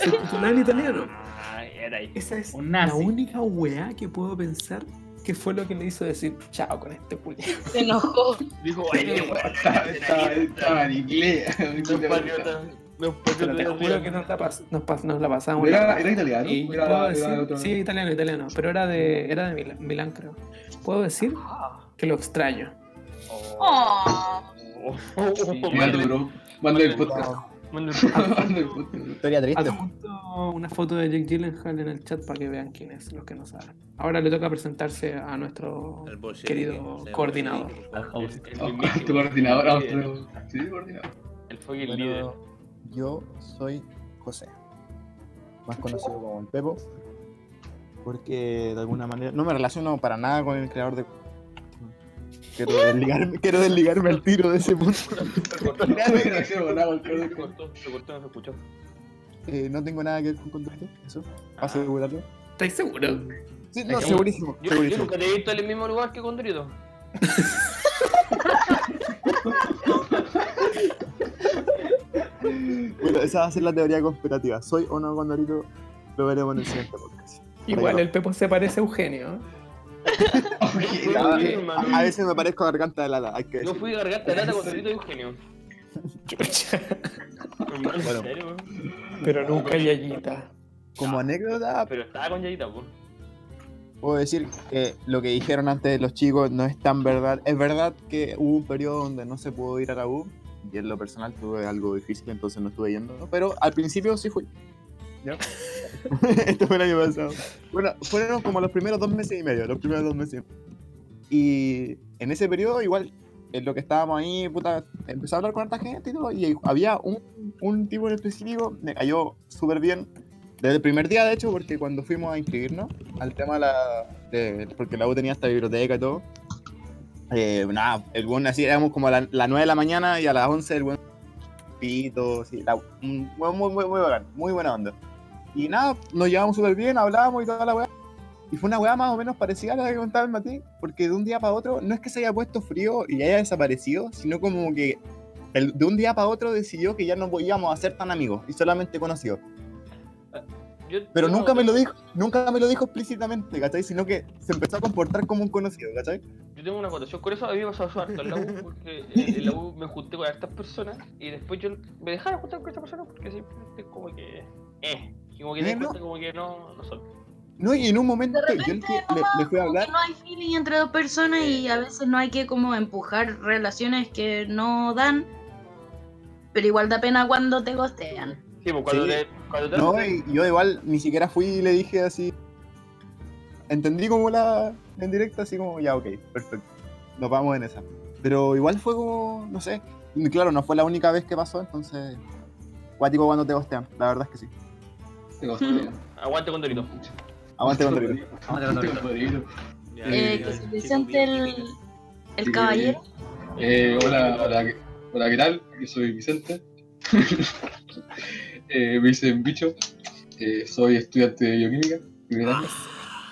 Speaker 4: Se titulaba en italiano.
Speaker 8: Ah, era ahí.
Speaker 4: Esa es
Speaker 3: Un nazi.
Speaker 4: la única weá que puedo pensar que fue lo que le hizo decir chao con este culiao.
Speaker 6: Se enojó.
Speaker 5: Dijo,
Speaker 8: Oye,
Speaker 5: oye,
Speaker 8: weón,
Speaker 5: estaba- estaba estaba en inglés.
Speaker 8: No es patriota. No es
Speaker 4: Pero te
Speaker 8: patriota.
Speaker 4: juro que nos la, pas- nos pas- nos la pasamos.
Speaker 5: Era,
Speaker 4: la-
Speaker 5: era italiano.
Speaker 4: y
Speaker 5: Era,
Speaker 4: puedo
Speaker 5: era
Speaker 4: decir-
Speaker 5: otro-
Speaker 4: Ah, sí, italiano, italiano, pero era de, era de Mil- Milán, creo. Puedo decir que lo extraño.
Speaker 6: Oh.
Speaker 8: Oh. Oh.
Speaker 5: Mándale, bro. Mándale el podcast.
Speaker 8: Bueno,
Speaker 5: Mándale el podcast.
Speaker 1: Historia
Speaker 8: Ah,
Speaker 1: triste.
Speaker 4: Adjunto una foto de Jake Gyllenhaal en el chat para que vean quién es, los que no saben. Ahora le toca presentarse a nuestro
Speaker 2: Al bolchevique,
Speaker 4: querido
Speaker 2: al
Speaker 4: coordinador.
Speaker 2: bolchevique, por
Speaker 3: Al
Speaker 2: favor.
Speaker 3: host.
Speaker 8: el
Speaker 5: Ah,
Speaker 8: mismísimo.
Speaker 5: Tu coordinador. ah,
Speaker 8: El líder.
Speaker 5: otro- Sí, coordinador.
Speaker 8: El fucking
Speaker 1: Bueno,
Speaker 8: líder.
Speaker 1: yo soy José, más conocido como el Pepo, porque de alguna manera no me relaciono para nada con el creador de. Quiero desligarme, quiero desligarme al tiro de ese punto.
Speaker 8: Se cortó,
Speaker 5: No me relaciono con nada, con el creador
Speaker 8: se
Speaker 5: de contenido.
Speaker 8: cortó, se cortó, no se escuchó.
Speaker 1: Eh, no tengo nada que ver con contenido, eso, para asegurarlo.
Speaker 4: ¿Estáis seguros?
Speaker 1: Sí, no,
Speaker 8: Yo-
Speaker 1: segurísimo,
Speaker 8: Yo, yo
Speaker 1: segurísimo.
Speaker 8: nunca te he visto en el mismo lugar que con Dorito.
Speaker 1: Bueno, esa va a ser la teoría conspirativa. ¿Soy o no Condorito? Lo veremos en el siguiente podcast.
Speaker 4: Igual el Pepo se parece a Eugenio. ¿eh?
Speaker 5: Oye,
Speaker 8: Ah,
Speaker 5: oye,
Speaker 8: hermano.
Speaker 1: A, a veces me parezco garganta de lata, hay que
Speaker 8: Yo
Speaker 1: decirlo.
Speaker 8: fui garganta lata con Dorito y Eugenio.
Speaker 4: Chucha.
Speaker 8: Hermano, en
Speaker 1: Bueno.
Speaker 8: serio, weón.
Speaker 4: Pero nunca Yayita.
Speaker 1: Como anécdota,
Speaker 8: Pero estaba con Yayita, po.
Speaker 1: Puedo decir que lo que dijeron antes los chicos no es tan verdad. Es verdad que hubo un periodo donde no se pudo ir a la U. Y en lo personal tuve algo difícil, entonces no estuve yendo. ¿no? Pero al principio sí fui. ¿Ya? Esto fue el año pasado. Bueno, fueron como los primeros dos meses y medio. Los primeros dos meses. Y en ese periodo, igual, en lo que estábamos ahí, puta, empecé a hablar con harta gente y todo. Y había un, un tipo en específico, me cayó súper bien. Desde el primer día, de hecho, porque cuando fuimos a inscribirnos al tema de la, de- porque la U tenía esta biblioteca y todo. Eh, nada, el buen así, éramos como a la- las 9 de la mañana y a las 11 el buen pito, sí, la- un buen- muy, muy, muy bacán, muy buena onda. Y nada, nos llevamos súper bien, hablábamos y toda la weá. Y fue una weá más o menos parecida a la que contaba el Mati, porque de un día para otro, no es que se haya puesto frío y haya desaparecido, sino como que el- de un día para otro decidió que ya no íbamos a ser tan amigos y solamente conocidos.
Speaker 8: Yo-
Speaker 1: Pero
Speaker 8: yo
Speaker 1: nunca me
Speaker 8: tengo-
Speaker 1: lo dijo, nunca me lo dijo explícitamente, ¿cachai? Sino que se empezó a comportar como un conocido, ¿cachai?
Speaker 8: Yo tengo una acotación, con eso a mí me pasó harto en la U, porque eh, en, en la U me junté con estas personas y después yo me dejaron juntar con estas personas porque simplemente como que. Eh, como que te
Speaker 1: Eh,
Speaker 8: das
Speaker 1: no.
Speaker 8: cuenta como que no, no son.
Speaker 1: No, y en un momento
Speaker 6: De
Speaker 1: yo
Speaker 6: repente,
Speaker 1: le- le,
Speaker 6: nomás,
Speaker 1: le fui a
Speaker 6: como
Speaker 1: hablar,
Speaker 6: que no hay feeling entre dos personas y a veces no hay que como empujar relaciones que no dan. Pero igual da pena cuando te gostean.
Speaker 8: Sí, pues cuando
Speaker 1: Sí.
Speaker 8: te. Cuando te
Speaker 1: no, y yo igual ni siquiera fui y le dije así. Entendí como la en directo, así como, ya, ok, perfecto, nos vamos en esa. Pero igual fue como, no sé, y claro, no fue la única vez que pasó, entonces, cuático cuando te gostean, la verdad es que sí.
Speaker 5: Te costó.
Speaker 8: Aguante con Dorito.
Speaker 1: Aguante con Rodrigo.
Speaker 3: Vamos a tratar de-
Speaker 5: Rodrigo.
Speaker 2: Ya,
Speaker 5: Eh,
Speaker 6: Eh,
Speaker 2: ya,
Speaker 6: que
Speaker 2: ya,
Speaker 6: se
Speaker 2: chico,
Speaker 6: presente
Speaker 2: bien,
Speaker 6: el,
Speaker 2: bien.
Speaker 6: el caballero.
Speaker 5: Eh, hola, hola, ¿qué- hola, ¿qué tal? Yo soy Vicente. Eh, me dicen bicho. Eh, soy estudiante de bioquímica. Primer año.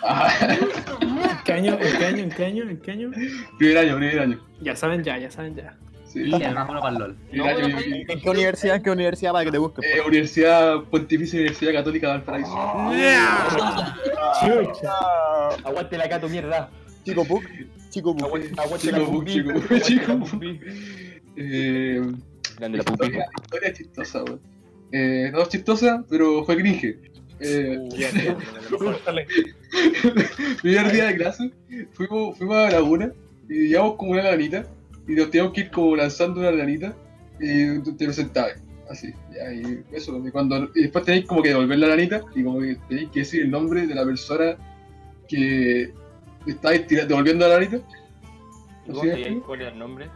Speaker 5: Ah,
Speaker 4: ¿En qué año? ¿En qué año? ¿En qué año? ¿En qué año?
Speaker 5: primer año, primer año.
Speaker 4: Ya saben ya, ya saben ya.
Speaker 5: Sí,
Speaker 3: Y además uno para el LOL.
Speaker 5: primer
Speaker 8: No,
Speaker 5: año
Speaker 8: pero-
Speaker 5: de bioquímica.
Speaker 1: ¿En qué universidad, en qué universidad para que te busquen?
Speaker 5: Eh, Universidad Pontificia Universidad Católica de Valparaíso.
Speaker 4: Chucha.
Speaker 8: Aguante la gato, mierda.
Speaker 1: Chico Puc, Chico Puc.
Speaker 8: Aguante, aguante la
Speaker 5: Oh, Chico, Puc,
Speaker 8: pupi.
Speaker 5: chico, Puc, chico. Puc. Eh,
Speaker 8: Grande la pupi.
Speaker 5: historia, historia chistosa, weón. Eh, no chistosa, pero fue cringe. Eh,
Speaker 8: Uh,
Speaker 5: primer día de clase, fuimos, fuimos a la laguna y llevamos como una lanita y nos teníamos que ir como lanzando una lanita y tú te sentabas así. ya, y eso, y, cuando, y después tenéis como que devolver la lanita y como que tenéis que decir el nombre de la persona que estáis tira- devolviendo la lanita.
Speaker 8: ¿Y vos
Speaker 5: ¿Sí?
Speaker 8: sabías cuál era el nombre?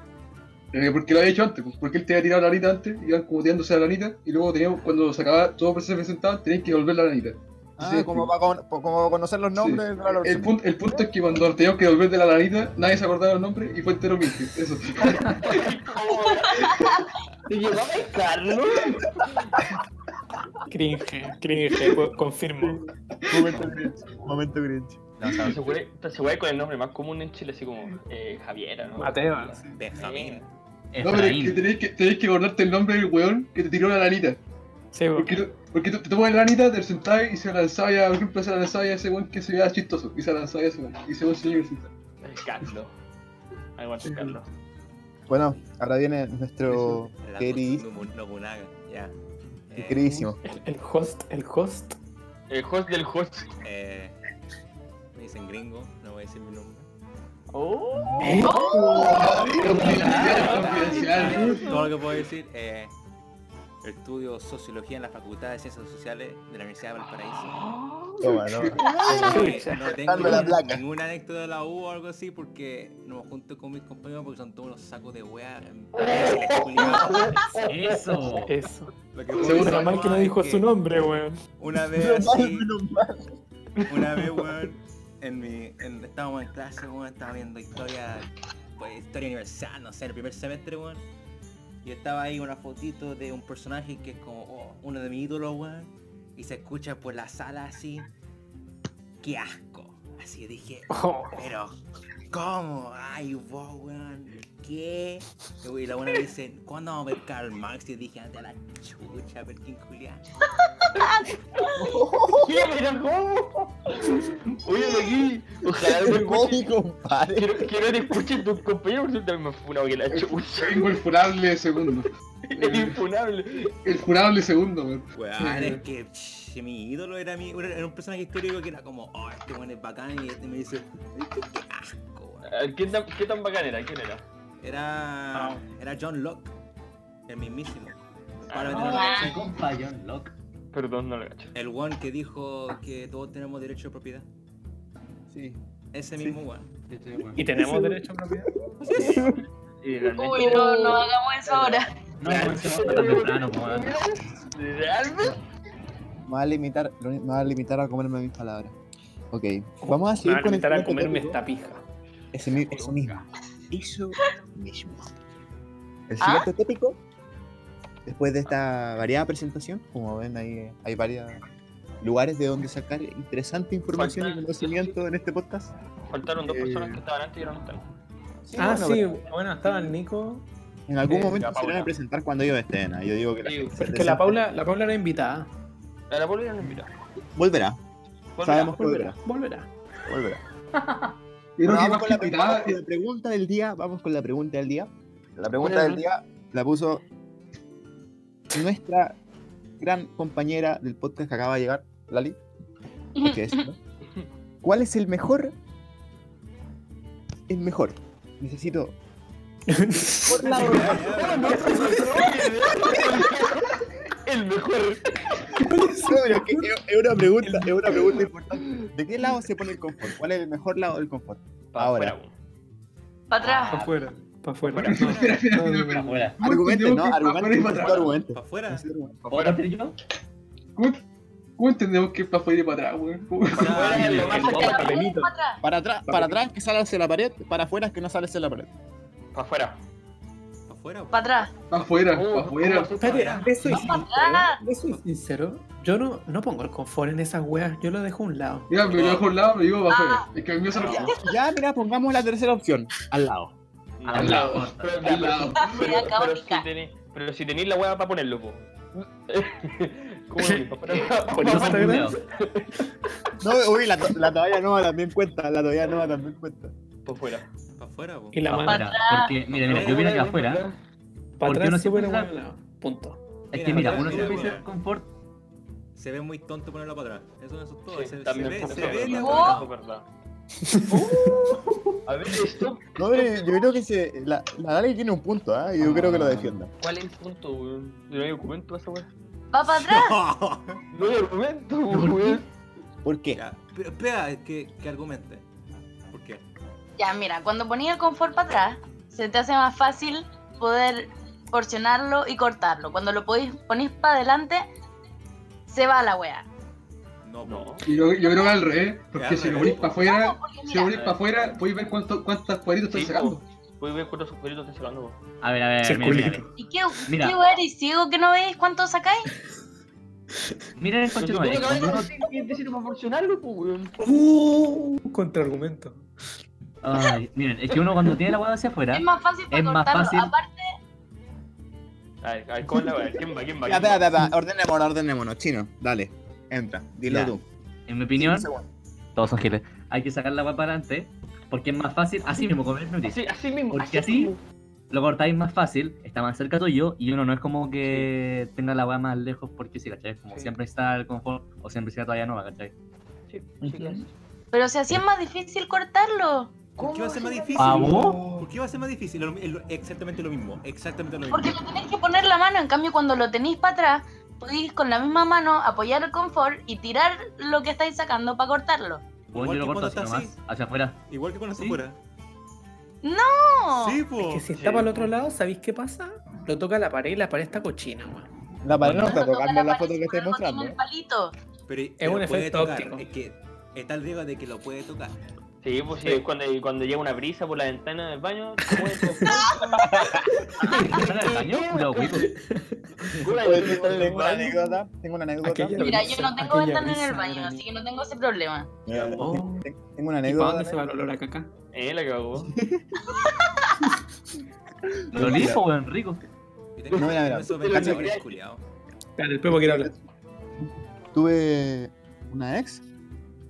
Speaker 5: Eh, porque lo había hecho antes, pues, porque él te había tirado la lanita antes, iban como tirándose la lanita, y luego teníamos, cuando se acababa, todos se presentaban, tenías que devolver la lanita.
Speaker 1: Sí, Ah, como, para con- como para conocer los nombres,
Speaker 5: Sí.
Speaker 1: claro,
Speaker 5: El, punto, el punto es que cuando teníamos que volver de la lanita, nadie se acordaba los nombres y fue entero Minty. Eso.
Speaker 8: ¿Te llevaba el Carlos?
Speaker 4: Cringe, cringe, co- confirmo.
Speaker 1: momento cringe. Momento cringe.
Speaker 8: Se fue, se fue con el nombre más común en Chile, así como eh, Javiera, ¿no?
Speaker 4: Mateo.
Speaker 2: Benjamín.
Speaker 5: No, pero es
Speaker 3: Efraín.
Speaker 5: que tenéis que, tenéis que acordarte el nombre del weón que te tiró la lanita.
Speaker 4: Sí, po.
Speaker 5: Porque, porque tú te tomas la lanita, te sentás y se lanzaba, y, por ejemplo, se lanzaba y ese weón que se veía chistoso. Y se lanzaba y ese weón. Y se weón se sentaba.
Speaker 8: El Carlos. Aguanta el Carlos.
Speaker 1: Bueno, ahora viene nuestro
Speaker 2: La
Speaker 1: queridísimo.
Speaker 2: Nobu- Nobunaga, ya. Eh,
Speaker 1: queridísimo.
Speaker 4: El, el host, el host.
Speaker 8: El host del host.
Speaker 2: eh, me dicen gringo, no voy a decir mi nombre.
Speaker 8: Oh,
Speaker 4: ¿Eh?
Speaker 5: Confidencial, confidencial.
Speaker 2: Ah, Todo lo que puedo decir, eh, estudio sociología en la Facultad de Ciencias Sociales de la Universidad de Valparaíso.
Speaker 6: Ah,
Speaker 8: Oh.
Speaker 1: Toma, ¿no?
Speaker 2: Eh,
Speaker 4: chucha.
Speaker 2: No tengo
Speaker 1: Dame la placa.
Speaker 2: ninguna anécdota de la U o algo así porque no me junto con mis compañeros porque son todos unos sacos de wea. imbéciles, culiados.
Speaker 3: Eso.
Speaker 4: Eso.
Speaker 2: Lo que puedo
Speaker 5: Seguro,
Speaker 2: decir
Speaker 4: Menos mal que no
Speaker 2: nomás es
Speaker 4: dijo
Speaker 2: que-
Speaker 4: su nombre, weón.
Speaker 2: Una vez
Speaker 1: Menos mal,
Speaker 2: así, una vez, weón, en mi, en- estábamos en clase, weón, estaba viendo historia, pues, historia universal, no sé, el primer semestre, weón. Y estaba ahí una fotito de un personaje que es como oh, uno de mis ídolos, weón. Y se escucha por la sala así, qué asco. Así dije,
Speaker 4: Oh,
Speaker 2: pero, ¿cómo? Ay, vos, weón, ¿qué? Y la buena me dice, ¿cuándo vamos a ver Karl Marx? Y dije, anda la chucha, Perkin Julián.
Speaker 8: ¿Qué? ¿Pero cómo? Oye, de aquí. Ojalá no me
Speaker 1: Voy,
Speaker 8: escuchen.
Speaker 1: compadre.
Speaker 8: Quiero, quiero que te escuchen tus compañeros porque también me funado que la chucha.
Speaker 5: Tengo el furable segundo.
Speaker 8: Es infunable.
Speaker 5: El furable segundo, weón.
Speaker 2: Weón, es que psh, mi ídolo era, mi, era un personaje histórico que era como, oh, este weón es bacán y este me dice, "Ay, qué asco,
Speaker 8: A
Speaker 2: weón".
Speaker 8: ver, ¿Qué tan, qué tan bacán era? ¿Quién era?
Speaker 2: Era, era John Locke, el mismísimo. Probablemente
Speaker 8: Ah.
Speaker 2: no lo cachai.
Speaker 8: Perdón, no lo cacho.
Speaker 2: el one que dijo que todos tenemos derecho de propiedad.
Speaker 1: Sí.
Speaker 2: Ese mismo one.
Speaker 4: ¿Y tenemos derecho a propiedad?
Speaker 6: Uy, no, no hagamos eso ahora.
Speaker 3: No, porque se mata tan temprano, po, weón.
Speaker 8: ¿Realmente?
Speaker 1: Me va a limitar, lo uni- me va a limitar a comerme mis palabras. Ok, vamos a
Speaker 4: Me
Speaker 1: seguir
Speaker 4: van a
Speaker 1: con el
Speaker 4: invitar a
Speaker 1: siguiente
Speaker 4: comerme
Speaker 1: tópico.
Speaker 4: esta pija.
Speaker 1: Ese mi- eso mismo. Eso mismo. El
Speaker 6: ¿Ah?
Speaker 1: siguiente tópico, después de esta variada presentación, como ven, hay, hay varios lugares de donde sacar interesante información y
Speaker 8: Falta-
Speaker 1: conocimiento en este podcast.
Speaker 8: Faltaron dos
Speaker 1: Eh.
Speaker 8: personas que estaban antes y ahora no están.
Speaker 4: Ah,
Speaker 1: bueno,
Speaker 4: sí,
Speaker 1: pero
Speaker 4: bueno, estaba el Nico.
Speaker 1: En algún
Speaker 4: eh,
Speaker 1: momento se
Speaker 8: la
Speaker 1: van
Speaker 8: Paula.
Speaker 1: a presentar cuando ellos estén. ahí. Yo digo que la
Speaker 8: Sí,
Speaker 1: gente se
Speaker 4: Pero es que la
Speaker 1: presenta.
Speaker 4: Paula, la Paula era invitada.
Speaker 8: A la volvieron a invitar.
Speaker 1: volverá,
Speaker 8: Bueno,
Speaker 4: Ah,
Speaker 1: Sabemos.
Speaker 4: Volverá, volverá.
Speaker 1: volverá.
Speaker 5: Yo creo
Speaker 1: Bueno,
Speaker 5: que
Speaker 1: vamos,
Speaker 5: más
Speaker 1: con
Speaker 5: que
Speaker 1: la, vamos
Speaker 5: invitada,
Speaker 1: con la pregunta del día. Vamos con la pregunta del día. La pregunta del día la puso nuestra gran compañera del podcast que acaba de llegar, Lali. Hay que decirlo. ¿Cuál es el mejor? El mejor. Necesito. Por la hora.
Speaker 8: El mejor.
Speaker 1: No, pero es que es es una pregunta, es una pregunta importante. ¿De qué lado se pone el confort? ¿Cuál es el mejor lado del confort?
Speaker 8: Pa'
Speaker 1: Ahora.
Speaker 8: afuera,
Speaker 6: Para
Speaker 4: Para
Speaker 6: atrás.
Speaker 4: afuera, para afuera.
Speaker 5: Espera, espera, espera, espera.
Speaker 3: Afuera.
Speaker 1: Argumenten, ¿no?
Speaker 5: Tenemos que ir para
Speaker 1: Argumenten.
Speaker 5: afuera y
Speaker 1: necesito
Speaker 5: para atrás.
Speaker 1: argumentos.
Speaker 2: Para afuera.
Speaker 1: Necesito argumentos.
Speaker 3: ¿Puedo partir yo?
Speaker 5: ¿Cómo, cómo entendemos que es para afuera y para atrás, weón? ¿Cómo-
Speaker 2: Para afuera.
Speaker 8: el- el-
Speaker 6: Para atrás. Para atrás.
Speaker 1: Para atrás, para atrás que sale hacia la pared, para afuera que no sale hacia la pared.
Speaker 8: Pa' afuera.
Speaker 2: Para afuera.
Speaker 6: Para atrás.
Speaker 5: Para afuera,
Speaker 8: Oh,
Speaker 5: para afuera.
Speaker 8: ¿cómo
Speaker 4: Espérate,
Speaker 8: afuera?
Speaker 4: ¿le soy sincero?
Speaker 6: atrás.
Speaker 4: ¿Le soy sincero? Yo no, no pongo el confort en esas weas, yo lo dejo a un lado.
Speaker 5: Mira, me lo dejo a un lado, me llevo para afuera. Es que a mí me sale
Speaker 1: Ya, ya, mira, pongamos la tercera opción, al lado.
Speaker 5: al lado.
Speaker 8: Pero,
Speaker 5: Al lado.
Speaker 8: pero-
Speaker 6: Acabo
Speaker 8: pero
Speaker 6: de
Speaker 8: si
Speaker 6: picar.
Speaker 8: tenéis, pero si tenéis la hueá para ponerlo, po. ¿Cómo lo ponéis? Pa'
Speaker 4: Por
Speaker 8: afuera.
Speaker 4: Instagram,
Speaker 1: No, uy, la, to- la toalla nueva también cuenta, la toalla nueva también cuenta.
Speaker 8: Pa' afuera.
Speaker 2: Para afuera, po.
Speaker 4: y la mano
Speaker 3: Afuera, porque, mira, mira, yo opino que afuera.
Speaker 4: para
Speaker 3: porque uno
Speaker 4: atrás se
Speaker 3: siempre
Speaker 4: pone
Speaker 3: sabe-
Speaker 4: al lado. Punto.
Speaker 3: Es que, mira, uno
Speaker 2: Mira,
Speaker 3: siempre
Speaker 2: mira,
Speaker 3: dice confort.
Speaker 2: Se ve muy tonto ponerlo para atrás. Eso, eso es todo.
Speaker 8: Sí,
Speaker 2: se, se
Speaker 8: también
Speaker 2: ve,
Speaker 8: por
Speaker 2: se
Speaker 8: eso,
Speaker 2: ve la
Speaker 8: verdad,
Speaker 6: hueá.
Speaker 8: eso es verdad. A ver, esto,
Speaker 1: No, pero yo creo que se, la, la Dali tiene un punto, ¿ah? Yo creo que lo defienda.
Speaker 8: ¿cuál es el punto, weón? No hay documento esa weá.
Speaker 6: Va para atrás.
Speaker 8: No hay documento, weón.
Speaker 1: ¿Por qué?
Speaker 2: Ya, pero espera, que, que argumente. ¿Por qué?
Speaker 6: Ya, mira, cuando ponía el confort para atrás, se te hace más fácil poder
Speaker 3: Eh,
Speaker 6: porcionarlo y cortarlo. Cuando lo podéis- ponís para adelante, se va la weá.
Speaker 2: No,
Speaker 8: No.
Speaker 5: Yo, yo creo que al revés, porque
Speaker 2: al
Speaker 5: si lo
Speaker 2: revés,
Speaker 5: ponís para afuera,
Speaker 6: porque
Speaker 5: si lo
Speaker 6: mira,
Speaker 5: ponís para afuera, podéis ver cuánto, cuántas cuadritos
Speaker 8: Sí,
Speaker 5: están sacando.
Speaker 8: Puedes ver cuántos sujeritos están sacando. po.
Speaker 3: A ver, a ver,
Speaker 7: Ser
Speaker 3: miren, miren,
Speaker 7: culico.
Speaker 6: ¿y qué,
Speaker 3: Mira.
Speaker 6: qué eres ciego que no veis cuánto sacáis?
Speaker 3: miren. Miren el
Speaker 8: Pero
Speaker 3: conchito.
Speaker 8: tú acabas de decir que es decir proporcionarlo, pues, weón.
Speaker 7: Uh, contraargumento.
Speaker 3: Ay, miren, es que uno cuando tiene la hueá hacia afuera.
Speaker 6: Es más fácil para
Speaker 3: Es más
Speaker 6: cortarlo.
Speaker 3: fácil.
Speaker 6: Aparte,
Speaker 8: A ver, a ver, ¿cómo es la weá? ¿Quién va? ¿Quién va?
Speaker 1: Ya,
Speaker 8: ¿Quién va?
Speaker 1: espera, espera, ordenémonos, ordenémonos, chino, dale, entra, dilo
Speaker 3: Ya.
Speaker 1: tú.
Speaker 3: En mi opinión,
Speaker 1: Cinco segundos.
Speaker 3: todos son giles. Hay que sacar la hueá para adelante. Porque es más fácil, así mismo, como el Nuri.
Speaker 8: Así, así mismo.
Speaker 3: Porque así-
Speaker 8: mismo.
Speaker 3: Lo cortáis más fácil, está más cerca tuyo. Y uno no es como que tenga la hueá más lejos. Porque si, ¿cachai? Como
Speaker 8: Sí.
Speaker 3: siempre está el confort. O siempre está todavía nueva, ¿cachai?
Speaker 8: Sí, sí, claro.
Speaker 6: pero si así es más difícil cortarlo.
Speaker 2: ¿Por qué va a ser más difícil?
Speaker 3: ¿Pavo?
Speaker 2: ¿Por qué va a ser más difícil? Lo- el- exactamente lo mismo. Exactamente lo mismo.
Speaker 6: Porque le tenéis que poner la mano. En cambio, cuando lo tenéis para atrás, podéis con la misma mano apoyar el confort y tirar lo que estáis sacando para cortarlo.
Speaker 3: Bueno,
Speaker 2: Igual
Speaker 3: yo lo
Speaker 2: que
Speaker 3: corto
Speaker 2: cuando
Speaker 3: así
Speaker 2: está
Speaker 3: nomás, hacia afuera.
Speaker 2: Igual que con la
Speaker 3: ¿Sí?
Speaker 2: Sakura.
Speaker 6: No.
Speaker 2: Sí,
Speaker 4: Es
Speaker 2: po.
Speaker 4: que si está para el otro lado, ¿sabéis qué pasa? Lo toca la pared y la pared está cochina, weón.
Speaker 1: La pared no
Speaker 6: Cuando
Speaker 1: está
Speaker 6: toca
Speaker 1: tocando
Speaker 6: la
Speaker 1: la foto
Speaker 6: pared,
Speaker 1: que
Speaker 6: por
Speaker 1: estoy
Speaker 6: algo tiene
Speaker 1: mostrando.
Speaker 6: el palito.
Speaker 2: Pero, es
Speaker 4: un efecto
Speaker 2: tocar.
Speaker 4: óptico.
Speaker 2: Es que está el riesgo de que lo puede tocar.
Speaker 8: Sí, pues sí, cuando, cuando llega una brisa por la ventana del baño, te mueves,
Speaker 3: ¿Están en el baño? Los huecos.
Speaker 1: Oye, tengo una anécdota, tengo una anécdota.
Speaker 4: Aquella
Speaker 6: Mira,
Speaker 4: brisa,
Speaker 6: yo no tengo
Speaker 4: aquella
Speaker 6: ventana en el
Speaker 4: brisa,
Speaker 6: baño,
Speaker 4: gran-
Speaker 6: así que no tengo ese problema.
Speaker 1: Mira,
Speaker 4: Oh.
Speaker 1: Tengo una
Speaker 4: ¿Y para
Speaker 1: anécdota.
Speaker 4: dónde se va el olor a caca?
Speaker 8: Eh, la cagó.
Speaker 3: Los lipo, weón, rico.
Speaker 2: Y tenés
Speaker 1: No, mira,
Speaker 2: que
Speaker 1: mira.
Speaker 2: eso
Speaker 8: Pero
Speaker 2: pensar
Speaker 1: lo
Speaker 2: que
Speaker 8: que-
Speaker 2: eres culiao.
Speaker 4: Dale, el Pepo quiere hablar.
Speaker 1: Tuve una ex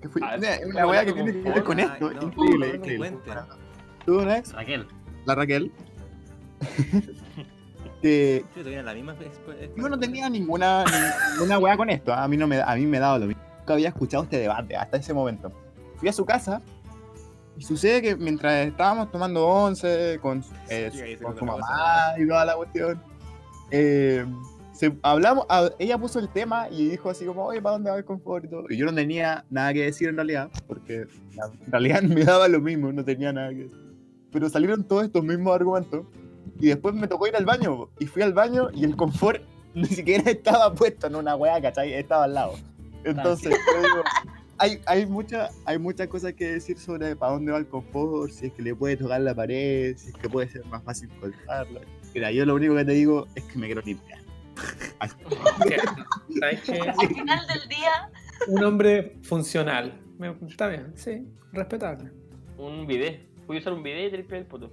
Speaker 1: que fui.
Speaker 8: Ah,
Speaker 1: Mira,
Speaker 8: eso
Speaker 1: una wea que
Speaker 8: como
Speaker 1: tiene que ver con
Speaker 2: Ay,
Speaker 1: esto.
Speaker 2: no,
Speaker 1: Increíble,
Speaker 2: no me
Speaker 1: increíble.
Speaker 2: cuentes.
Speaker 1: Tuve una ex,
Speaker 3: Raquel.
Speaker 1: la Raquel, que
Speaker 2: Yo todavía era la misma exp-
Speaker 1: yo no tenía ninguna, ninguna wea con esto. ¿ah? A mí, no me, a mí me daba lo mismo. Nunca había escuchado este debate hasta ese momento. Fui a su casa y sucede que mientras estábamos tomando once con, su- eh,
Speaker 2: Sí,
Speaker 1: su-
Speaker 2: ahí se
Speaker 1: con
Speaker 2: contó
Speaker 1: su
Speaker 2: la
Speaker 1: mamá y toda la cuestión, eh, se- hablamos, a- ella puso el tema y dijo así como, oye, ¿para dónde va el confort? Y, todo. Y yo no tenía nada que decir en realidad, porque la- en realidad me daba lo mismo, no tenía nada que decir. Pero salieron todos estos mismos argumentos y después me tocó ir al baño po. y fui al baño y el confort ni siquiera estaba puesto en una weá, ¿cachai? Estaba al lado. Entonces, yo digo, hay, hay, mucha, hay muchas cosas que decir sobre para dónde va el confort, si es que le puede tocar la pared, si es que puede ser más fácil cortarla. Mira, yo lo único que te digo es que me quiero limpiar.
Speaker 4: ¿Sabes qué?
Speaker 6: Al final del día,
Speaker 4: Un hombre funcional. Me- Está bien, sí, respetable.
Speaker 8: Un bidet. Voy a usar un bidet y te limpias el poto.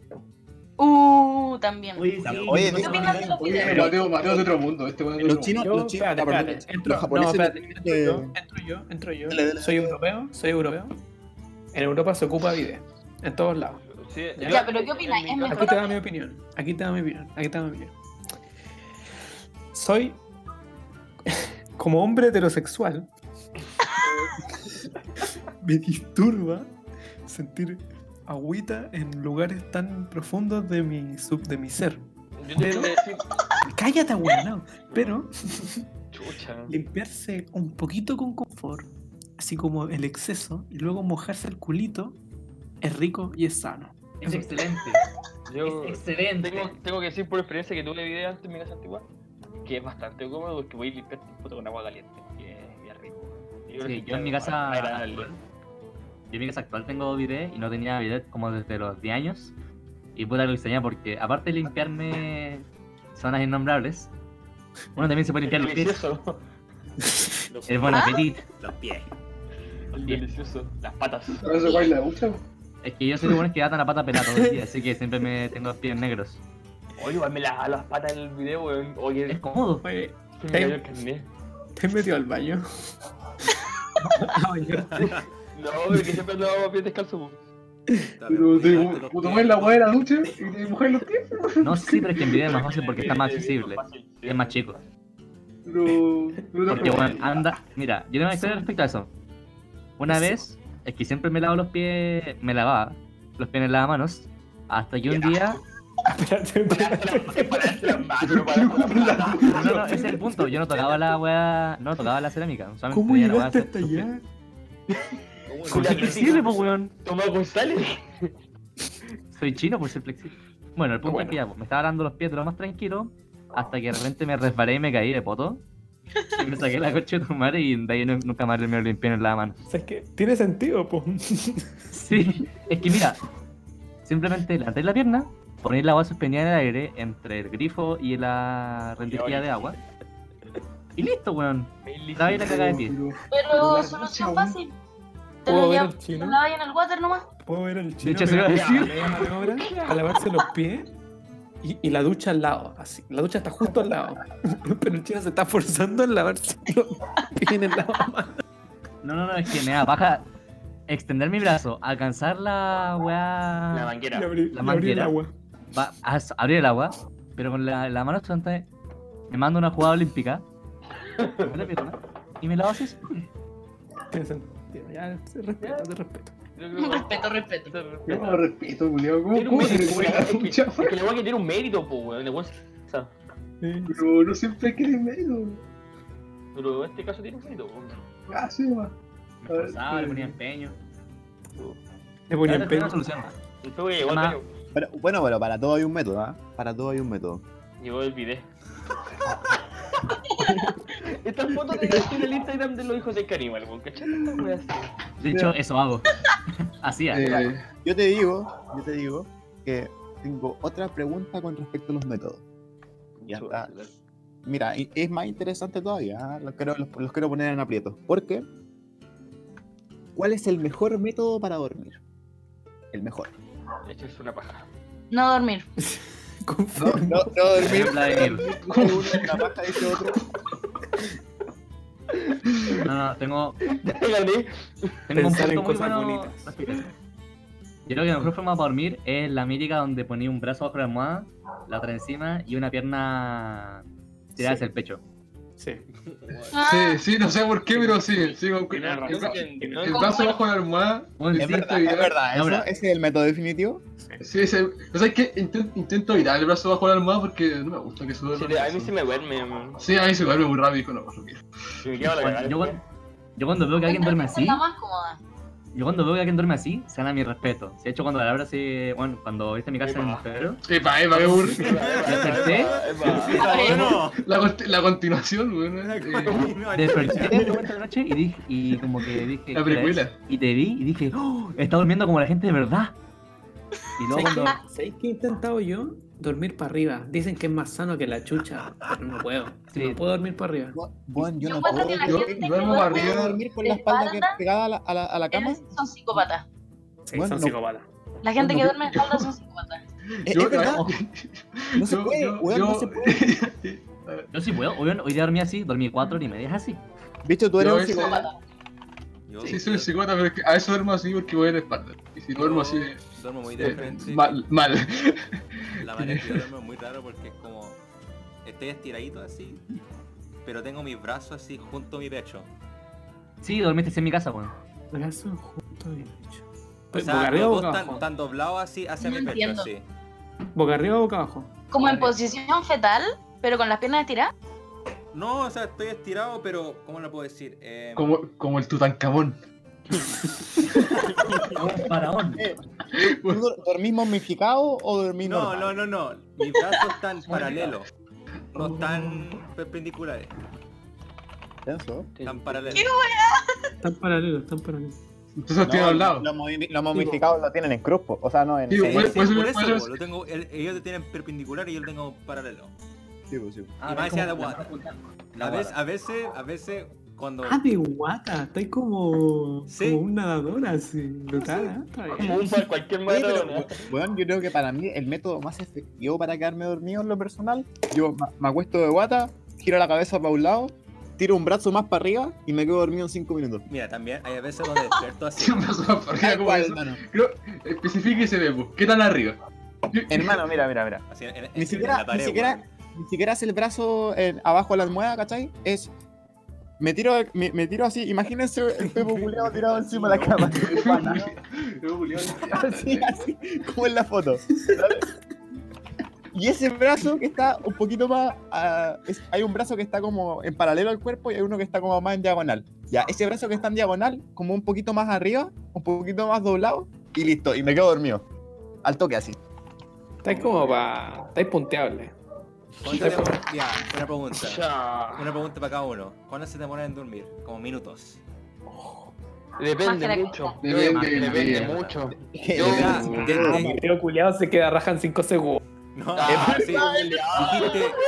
Speaker 6: uh, también.
Speaker 3: Oye,
Speaker 2: sí.
Speaker 1: Oye,
Speaker 2: ¿Qué
Speaker 1: de-
Speaker 6: opinas de los videos?
Speaker 1: pero-
Speaker 5: Mateo, Mateo es de otro mundo, este weón es de
Speaker 1: los
Speaker 5: otro
Speaker 1: chinos,
Speaker 4: Yo,
Speaker 1: los chinos,
Speaker 4: espérate,
Speaker 1: ah, perdón,
Speaker 4: espérate, entro-
Speaker 1: los japoneses
Speaker 4: no,
Speaker 1: tienen
Speaker 4: espérate,
Speaker 1: que-
Speaker 4: entro yo, entro yo, entro yo.
Speaker 1: Dale, dale,
Speaker 4: soy
Speaker 1: dale.
Speaker 4: europeo, soy europeo. En Europa se ocupa video, en todos lados.
Speaker 8: Sí,
Speaker 4: Ya,
Speaker 8: yo-
Speaker 6: pero ¿qué opináis?
Speaker 8: en
Speaker 6: ¿Es
Speaker 8: mi
Speaker 6: mejor
Speaker 4: Aquí te
Speaker 8: caso-
Speaker 4: da mi opinión. Aquí te da mi opinión. Aquí te da mi opinión. Soy. Como hombre heterosexual. me disturba mundo sentir agüita en lugares tan profundos de mi, sub, de mi ser.
Speaker 8: Yo te voy a decir,
Speaker 4: Cállate, abuelo. Pero
Speaker 8: chucha.
Speaker 4: limpiarse un poquito con confort, así como el exceso, y luego mojarse el culito, es rico y es sano.
Speaker 3: Es excelente.
Speaker 8: Yo
Speaker 3: Es excelente.
Speaker 8: tengo, tengo que decir por experiencia que tuve bidet antes en mi casa antigua, que es bastante cómodo porque voy a limpiar el poto con agua caliente. Que es bien rico. creo
Speaker 3: Sí,
Speaker 8: que
Speaker 3: yo en mi casa-
Speaker 8: agradable.
Speaker 3: Yo en mi casa actual tengo bidet y no tenía bidet como desde los 10 años. Y puta lo extrañaba porque aparte de limpiarme zonas innombrables, uno también se puede limpiar los pies.
Speaker 8: Delicioso.
Speaker 2: Los,
Speaker 3: El buen apetito.
Speaker 2: los pies.
Speaker 8: Delicioso. Las patas.
Speaker 5: mundo. ¿Eso baila mucho?
Speaker 3: Es que yo soy de buenos que atan la pata pelada todo el día, así que siempre me tengo los pies negros.
Speaker 8: Oye, igual me las las patas en el video, weón.
Speaker 3: Es ¿Eh?
Speaker 8: Oye,
Speaker 3: cómodo.
Speaker 4: Oye,
Speaker 8: se me cayó el carnet.
Speaker 4: ¿te has metido al baño? A bañarte.
Speaker 8: No, pero que siempre andábamos bien descalzo.
Speaker 5: Pero te
Speaker 2: Los
Speaker 5: te
Speaker 2: pies.
Speaker 5: tomáis la weá de la ducha y te mojáis los pies.
Speaker 3: No, sí, pero es que en bidet es más fácil porque está más accesible. Y es más chico.
Speaker 5: Pero. pero
Speaker 3: Porque,
Speaker 5: te
Speaker 3: bueno, ah, anda. Mira, yo tengo una historia respecto a eso. Una vez, es que siempre me lavo los pies, me lavaba los pies en el lavamanos, hasta que un día.
Speaker 4: Espérate, espérate.
Speaker 3: No, no, ese es el punto. Yo no tocaba la weá, no tocaba la cerámica. solamente
Speaker 4: ¿Cómo
Speaker 3: tenía la
Speaker 4: llegaste
Speaker 3: weá-
Speaker 4: hasta allá?
Speaker 2: ¿Cómo
Speaker 8: Con
Speaker 3: Soy
Speaker 2: no?
Speaker 8: la
Speaker 3: flexible, pues weón.
Speaker 8: Tomás González.
Speaker 3: Soy chino por ser flexible. Bueno, el punto
Speaker 4: Bueno.
Speaker 3: es que ya, pues, me estaba lavando los pies de lo más tranquilo, hasta que de repente me resbalé y me caí de poto. Y me saqué la coche de tu madre y de ahí nu- nunca más me lo limpié en la mano.
Speaker 7: ¿Sabes qué? Tiene sentido, po.
Speaker 3: Sí, es que mira, simplemente levantáis la pierna, ponéis la agua suspendida en el aire entre el grifo y la rendijilla de agua. Y listo, weón. Laváis la cagada de pie.
Speaker 6: Pero solución fácil. Te
Speaker 7: ¿Puedo
Speaker 6: lo
Speaker 7: ver
Speaker 6: llevas,
Speaker 7: al
Speaker 6: te
Speaker 7: chino?
Speaker 6: lo lavas en el water nomás.
Speaker 7: Puedo ver al
Speaker 3: De
Speaker 7: chino.
Speaker 3: hecho, se iba a
Speaker 7: pero-
Speaker 3: decir.
Speaker 7: le llaman ahora a lavarse los pies y, y la ducha al lado, así. La ducha está justo al lado. Pero el chino se está forzando en lavarse los pies en el lavamanos.
Speaker 3: No, no, no, es que me da paja extender mi brazo, alcanzar la
Speaker 8: La
Speaker 3: weá,
Speaker 7: Y
Speaker 8: manguera.
Speaker 7: abrir,
Speaker 3: La
Speaker 7: y abrir el
Speaker 3: manguera.
Speaker 7: agua.
Speaker 3: va a s- abrir el agua, pero con la, la mano santa me mando una jugada olímpica con la pierna, y me lavo así.
Speaker 7: Tiene sentido. Ya, te respeto, te respeto.
Speaker 8: Yo creo que-
Speaker 6: Respeto, respeto.
Speaker 8: Yo creo
Speaker 5: Yo
Speaker 8: que-
Speaker 5: no lo respeto, culiao. ¿Cómo,
Speaker 8: Tiene un
Speaker 5: cómo se le
Speaker 8: mérito,
Speaker 5: puede
Speaker 8: weón.
Speaker 5: dar
Speaker 8: Es que-
Speaker 5: mucha
Speaker 8: es que le voy a tiene un mérito, po, weón. El weón se- o sea,
Speaker 7: Sí.
Speaker 5: Pero no siempre hay que tener mérito.
Speaker 8: Pero en este caso tiene un mérito, po, weón.
Speaker 5: Ah, sí, va.
Speaker 3: Me esforzaba, le ponía empeño.
Speaker 7: Le
Speaker 3: Voy
Speaker 7: ponía
Speaker 3: a
Speaker 7: empeño.
Speaker 3: una solución.
Speaker 8: Entonces, weón, llegó el
Speaker 3: Ma-
Speaker 8: baño.
Speaker 1: Pero- bueno, pero para todo hay un método, ¿ah? Para todo hay un método.
Speaker 8: Llegó el video. Estas fotos de en el Instagram de los hijos de Caníbal, weón. ¿Cachai? Esta weá así.
Speaker 3: De hecho, eso hago. Hacía.
Speaker 5: Eh,
Speaker 1: Yo te digo, yo te digo que tengo otra pregunta con respecto a los métodos. Ya está. Mira, y- es más interesante todavía. ¿ah? Los, quiero, los, los quiero poner en aprietos. ¿Por qué? ¿Cuál es el mejor método para dormir? El mejor.
Speaker 8: Esto es una paja.
Speaker 6: No dormir.
Speaker 1: No,
Speaker 7: Confirmo.
Speaker 1: no, no dormir.
Speaker 3: Ejemplo de mierda.
Speaker 1: Uno, una paja, dice otro.
Speaker 3: No, no, tengo,
Speaker 8: Gané.
Speaker 3: tengo un
Speaker 7: Pensar en
Speaker 3: punto muy
Speaker 7: cosas
Speaker 3: bueno.
Speaker 7: bonitas.
Speaker 3: respecto a eso. Yo creo que la mejor forma para dormir es la mítica donde ponía un brazo bajo la almohada, la otra encima y una pierna tirada
Speaker 7: Sí.
Speaker 3: hacia el pecho.
Speaker 7: Sí.
Speaker 6: Ah,
Speaker 5: Eh, Sí, sí, no sé por qué, pero sí, sí, con-
Speaker 8: Tenía
Speaker 5: el,
Speaker 8: razón.
Speaker 5: bra-
Speaker 8: No,
Speaker 5: el brazo bajo la almohada.
Speaker 3: Bueno,
Speaker 1: Es
Speaker 3: sí,
Speaker 5: intento
Speaker 1: verdad, es
Speaker 5: evitar-
Speaker 1: verdad.
Speaker 3: No,
Speaker 1: ¿eso-
Speaker 3: verdad.
Speaker 1: ¿Ese es el método definitivo?
Speaker 5: Sí, ese- o sea, es que inten- intento evitar el brazo bajo la almohada porque no me gusta que suba. el
Speaker 8: Sí, a mí
Speaker 5: brazo.
Speaker 8: se me duerme, weón.
Speaker 5: Sí, a mí se me duerme muy rápido, no, no quiero.
Speaker 8: Se me queda la
Speaker 3: Bueno,
Speaker 8: cagada.
Speaker 3: yo, cuando, yo cuando veo que alguien duerme
Speaker 6: Esa es
Speaker 3: así,
Speaker 6: la más cómoda.
Speaker 3: yo cuando veo que alguien duerme así, se gana mi respeto. De hecho, cuando la abra se. Bueno, cuando viste mi casa en febrero,
Speaker 5: Epa, epa, qué aburrido.
Speaker 3: desperté,
Speaker 8: Epa,
Speaker 2: bueno.
Speaker 5: La, cont- la continuación, weón. eh,
Speaker 3: desperté de vuelta de noche y, dije, y como que dije.
Speaker 5: la
Speaker 3: "¿Qué hora es?".
Speaker 5: precuela.
Speaker 3: Y te vi y dije, ¡Oh! Está durmiendo como la gente de verdad. Y luego
Speaker 7: ¿Sabéis
Speaker 3: cuando.
Speaker 7: qué- ¿Sabéis qué he intentado yo? Dormir para arriba. Dicen que es más sano que la chucha, pero no puedo.
Speaker 3: Sí.
Speaker 7: No puedo dormir para arriba.
Speaker 1: Bueno, yo
Speaker 6: Yo
Speaker 1: no
Speaker 6: encuentro
Speaker 1: puedo.
Speaker 6: que la
Speaker 5: yo-
Speaker 6: gente que
Speaker 5: yo duermo para
Speaker 1: Yo puedo
Speaker 5: arriba.
Speaker 6: duerme
Speaker 1: dormir con la espalda que pegada a la, a la, a la cama.
Speaker 6: es- son psicópatas.
Speaker 7: Sí,
Speaker 1: Bueno,
Speaker 7: son
Speaker 1: no.
Speaker 7: psicópatas.
Speaker 6: La gente
Speaker 5: No,
Speaker 6: que
Speaker 5: yo-
Speaker 6: duerme de espalda son psicópatas.
Speaker 1: Es,
Speaker 5: Yo- eh,
Speaker 1: es verdad. No se
Speaker 5: yo-
Speaker 1: puede,
Speaker 5: yo-
Speaker 1: weón, no
Speaker 5: yo-
Speaker 1: se puede.
Speaker 3: Yo sí puedo. Hoy, hoy día dormí así, dormí cuatro horas y media así.
Speaker 1: Bicho, tú eres
Speaker 5: Yo
Speaker 1: un
Speaker 5: ese-
Speaker 1: psicópata.
Speaker 2: Yo-
Speaker 5: Sí, soy un psicópata, pero es que a eso duermo así porque voy en la espalda. Y si duermo así, eh,
Speaker 2: Duermo muy de frente.
Speaker 5: mal. mal.
Speaker 2: La manera en que yo duermo es muy raro porque es como. Estoy estiradito así, pero tengo mis brazos así junto a mi pecho.
Speaker 3: Sí, dormiste así en mi casa, weón.
Speaker 7: Brazos juntos y pecho.
Speaker 2: O
Speaker 7: Pues, boca
Speaker 2: sea,
Speaker 7: arriba,
Speaker 2: los dos
Speaker 7: boca
Speaker 2: están,
Speaker 7: abajo.
Speaker 2: están doblados así hacia
Speaker 6: No
Speaker 2: mi pecho,
Speaker 6: entiendo.
Speaker 2: así.
Speaker 7: Boca arriba, boca abajo.
Speaker 6: Como en
Speaker 7: Vale.
Speaker 6: posición fetal, pero con las piernas estiradas.
Speaker 2: No, o sea, estoy estirado, pero. ¿Cómo lo puedo decir? Eh,
Speaker 5: Como, como el Tutankamón.
Speaker 3: Un faraón.
Speaker 5: Weón,
Speaker 1: ¿Tú dor- dormís momificado o dormís
Speaker 2: No,
Speaker 1: normal?
Speaker 2: no, no, no. Mis brazos están paralelos. No están perpendiculares.
Speaker 1: Tenso.
Speaker 2: Están paralelos.
Speaker 7: Están paralelos, están paralelos.
Speaker 5: Entonces tiene al lado.
Speaker 1: Los, movi- los momificados lo tienen en cruzpo, o sea, no en.
Speaker 5: Sí,
Speaker 2: Sí,
Speaker 1: en-
Speaker 5: pues-
Speaker 2: sí,
Speaker 5: pues-
Speaker 2: por
Speaker 5: pues-
Speaker 2: eso,
Speaker 5: pues-
Speaker 2: po, lo tengo, el- ellos te tienen perpendicular y yo lo tengo paralelo.
Speaker 1: sí, pues, sí.
Speaker 3: Ah,
Speaker 2: Y más encima
Speaker 3: como-
Speaker 2: de guata. A veces, a veces, a veces, cuando.
Speaker 7: Ah, de guata. Estáis como,
Speaker 2: Sí.
Speaker 7: como un nadador así. Brutal, ¿eh? Está bien.
Speaker 8: Como un par cualquier
Speaker 1: Oye, pero,
Speaker 8: maratón.
Speaker 1: weón, yo creo que para mí el método más efectivo para quedarme dormido en lo personal, yo ma- me acuesto de guata, giro la cabeza para un lado, tiro un brazo más para arriba y me quedo dormido en 5 minutos.
Speaker 2: Mira, también hay veces donde despierto así.
Speaker 5: Sí, un brazo más para arriba,
Speaker 1: Tal
Speaker 5: como
Speaker 1: cual,
Speaker 5: eso.
Speaker 1: hermano.
Speaker 5: Especifíquese, Bebo. ¿Qué tan arriba?
Speaker 1: Hermano, mira, mira, mira.
Speaker 2: así en- en-
Speaker 1: Ni
Speaker 2: en
Speaker 1: siquiera,
Speaker 2: la
Speaker 1: ni
Speaker 2: pared,
Speaker 1: siquiera,
Speaker 2: weón.
Speaker 1: ni siquiera es el brazo en- abajo de la almohada, ¿cachai? Es. Me tiro, me, me tiro así, imagínense el pepo culeado tirado encima de la cama.
Speaker 5: Bebo, culiao,
Speaker 1: así, así, como en la foto. ¿sabes? Y ese brazo que está un poquito más. ah, es- hay un brazo que está como en paralelo al cuerpo y hay uno que está como más en diagonal. Ya, ese brazo que está en diagonal, como un poquito más arriba, un poquito más doblado y listo, y me quedo dormido. Al toque así.
Speaker 4: Estáis como para. Estáis punteables.
Speaker 2: ¿Cuánto
Speaker 4: Ya,
Speaker 2: demora- Ya, una pregunta.
Speaker 8: Ya.
Speaker 2: Una pregunta para cada uno. ¿Cuánto se demora en dormir? Como minutos.
Speaker 6: Más que
Speaker 8: Depende
Speaker 6: la
Speaker 8: mucho.
Speaker 5: cosa. Depende
Speaker 8: Yo-
Speaker 5: del
Speaker 8: depende
Speaker 5: día.
Speaker 8: mucho.
Speaker 2: Yo, ya,
Speaker 5: Mm.
Speaker 2: ya-
Speaker 4: El video culiado se queda raja en 5 segundos.
Speaker 2: no,
Speaker 8: Ah,
Speaker 2: sí. Dijiste,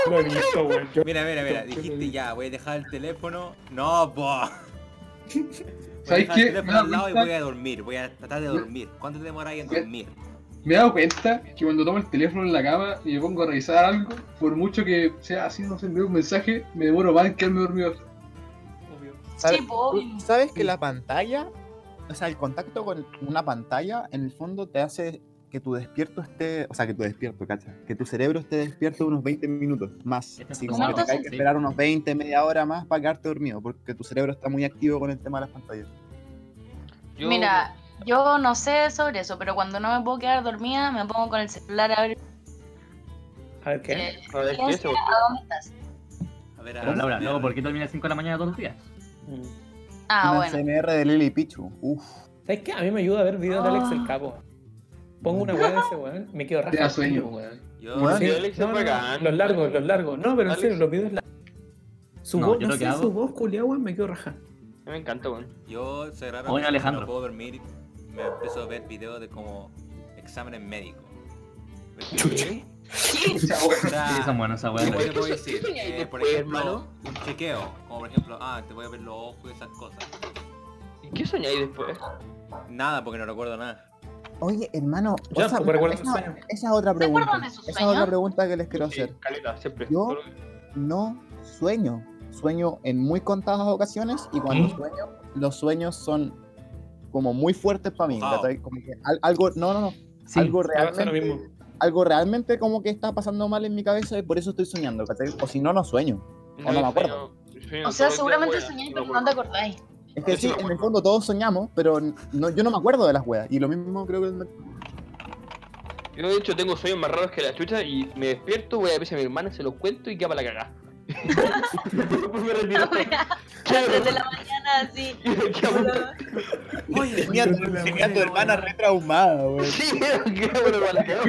Speaker 4: Lo he visto, weón. Yo-
Speaker 2: mira, mira, mira, dijiste ya, voy a dejar el teléfono. No, po. Voy a
Speaker 5: ¿Sabes
Speaker 2: dejar el
Speaker 5: qué? Me he
Speaker 2: teléfono
Speaker 5: dado
Speaker 2: al lado y
Speaker 5: cuenta-
Speaker 2: voy a dormir, voy a tratar de dormir. ¿Cuánto te demoráis en
Speaker 5: Ya.
Speaker 2: dormir?
Speaker 5: Me he dado cuenta que cuando tomo el teléfono en la cama y me pongo a revisar algo, por mucho que sea así, no sé, me veo un mensaje, me demoro más en quedarme dormido.
Speaker 1: ¿Sabes,
Speaker 6: Sí, po, obvio.
Speaker 1: sabes que la pantalla, o sea, el contacto con una pantalla, en el fondo te hace que tu despierto esté, o sea, que tu despierto, cacha, que tu cerebro esté despierto unos 20 minutos más.
Speaker 3: Estas
Speaker 1: Así
Speaker 3: cosas
Speaker 1: como que te
Speaker 6: pasan,
Speaker 1: hay que
Speaker 3: sí.
Speaker 1: esperar unos 20, media hora más para quedarte dormido, porque tu cerebro está muy activo con el tema de las pantallas.
Speaker 8: Yo-
Speaker 6: Mira, yo no sé sobre eso, pero cuando no me puedo quedar dormida, me pongo con el celular a ver
Speaker 4: A ver qué.
Speaker 6: eh,
Speaker 8: A ver, ¿qué es eso?
Speaker 6: a dónde estás.
Speaker 2: A ver,
Speaker 3: Pero Laura,
Speaker 2: mira,
Speaker 3: luego, ¿por qué termina a 5 de la mañana todos los días?
Speaker 6: Ah,
Speaker 1: una
Speaker 6: bueno.
Speaker 1: CMR de Lily Pichu. Uf,
Speaker 4: ¿Sabes qué? A mí me ayuda a ver videos de Alex
Speaker 6: Ah.
Speaker 4: el Capo. Pongo una weá de ese weón, me quedo raja.
Speaker 5: Te da sueño.
Speaker 4: weón.
Speaker 2: Yo,
Speaker 1: Bueno,
Speaker 4: Sí,
Speaker 8: Sí, Alex es
Speaker 4: no, no, no,
Speaker 8: bacán.
Speaker 4: Los largos, los largos. No, pero en
Speaker 8: Alex.
Speaker 4: serio, los videos largos. Su
Speaker 3: No,
Speaker 4: voz,
Speaker 3: yo
Speaker 4: no
Speaker 3: lo que
Speaker 4: sé,
Speaker 3: hago-
Speaker 4: su voz culiao, weón, me quedo raja.
Speaker 8: Me encanta, weón.
Speaker 2: yo soy raro.
Speaker 3: Oye,
Speaker 2: porque
Speaker 3: Alejandro.
Speaker 2: No puedo dormir. Me empiezo a ver videos de como exámenes médicos.
Speaker 4: Chucha.
Speaker 2: O sea,
Speaker 3: Sí, son buenas esas
Speaker 2: Bueno,
Speaker 3: weas.
Speaker 2: ¿qué te puedo
Speaker 8: ¿Qué
Speaker 2: decir?
Speaker 8: sueña ahí
Speaker 2: Eh, por
Speaker 8: después,
Speaker 2: ejemplo,
Speaker 8: hermano?
Speaker 2: un chequeo. Como por ejemplo, ah, te voy a ver los ojos y esas cosas.
Speaker 8: ¿Y qué soñáis después?
Speaker 2: Nada, porque no recuerdo nada.
Speaker 1: Oye, hermano,
Speaker 4: Ya,
Speaker 1: esa,
Speaker 4: pues, recuerda tus
Speaker 1: esa-
Speaker 4: sueños.
Speaker 1: esa es otra
Speaker 6: ¿Se acuerdan
Speaker 1: pregunta.
Speaker 6: de sus
Speaker 1: Esa es otra
Speaker 6: sueños?
Speaker 1: pregunta que les quiero
Speaker 8: Sí,
Speaker 1: hacer.
Speaker 8: Caleta, siempre.
Speaker 1: Yo-
Speaker 8: Todo lo que-
Speaker 1: No sueño. Sueño en muy contadas ocasiones y cuando
Speaker 4: ¿Mm?
Speaker 1: sueño, los sueños son como muy fuertes para mí.
Speaker 2: Wow.
Speaker 1: ¿cachai? Como que al- algo, no, no, no.
Speaker 3: Sí,
Speaker 1: algo
Speaker 4: Me pasa lo
Speaker 1: realmente,
Speaker 4: mismo.
Speaker 1: algo realmente como que está pasando mal en mi cabeza y por eso estoy soñando, ¿cachai? O si no, no sueño.
Speaker 8: No,
Speaker 1: no me
Speaker 8: yo
Speaker 1: acuerdo.
Speaker 8: sueño- yo sueño
Speaker 6: O sea,
Speaker 8: todo el día,
Speaker 6: seguramente
Speaker 8: weón.
Speaker 6: soñé,
Speaker 8: me
Speaker 6: pero no
Speaker 8: acuerdo.
Speaker 6: te acordáis.
Speaker 1: Es que
Speaker 8: Yo sí
Speaker 1: sí,
Speaker 8: me
Speaker 1: en el
Speaker 8: acuerdo.
Speaker 1: fondo todos soñamos, pero no, yo no me acuerdo de las weas. Y lo mismo creo que el-
Speaker 8: Yo de hecho tengo sueños más raros que la chucha y me despierto, voy a ver a mi hermana, se los cuento y queda para la cagada. Después me retiro.
Speaker 6: A las 3 de la mañana, así. hola.
Speaker 1: Tenía, tenía a tu hermana re traumada, wey.
Speaker 8: Sí, queda para la cagada.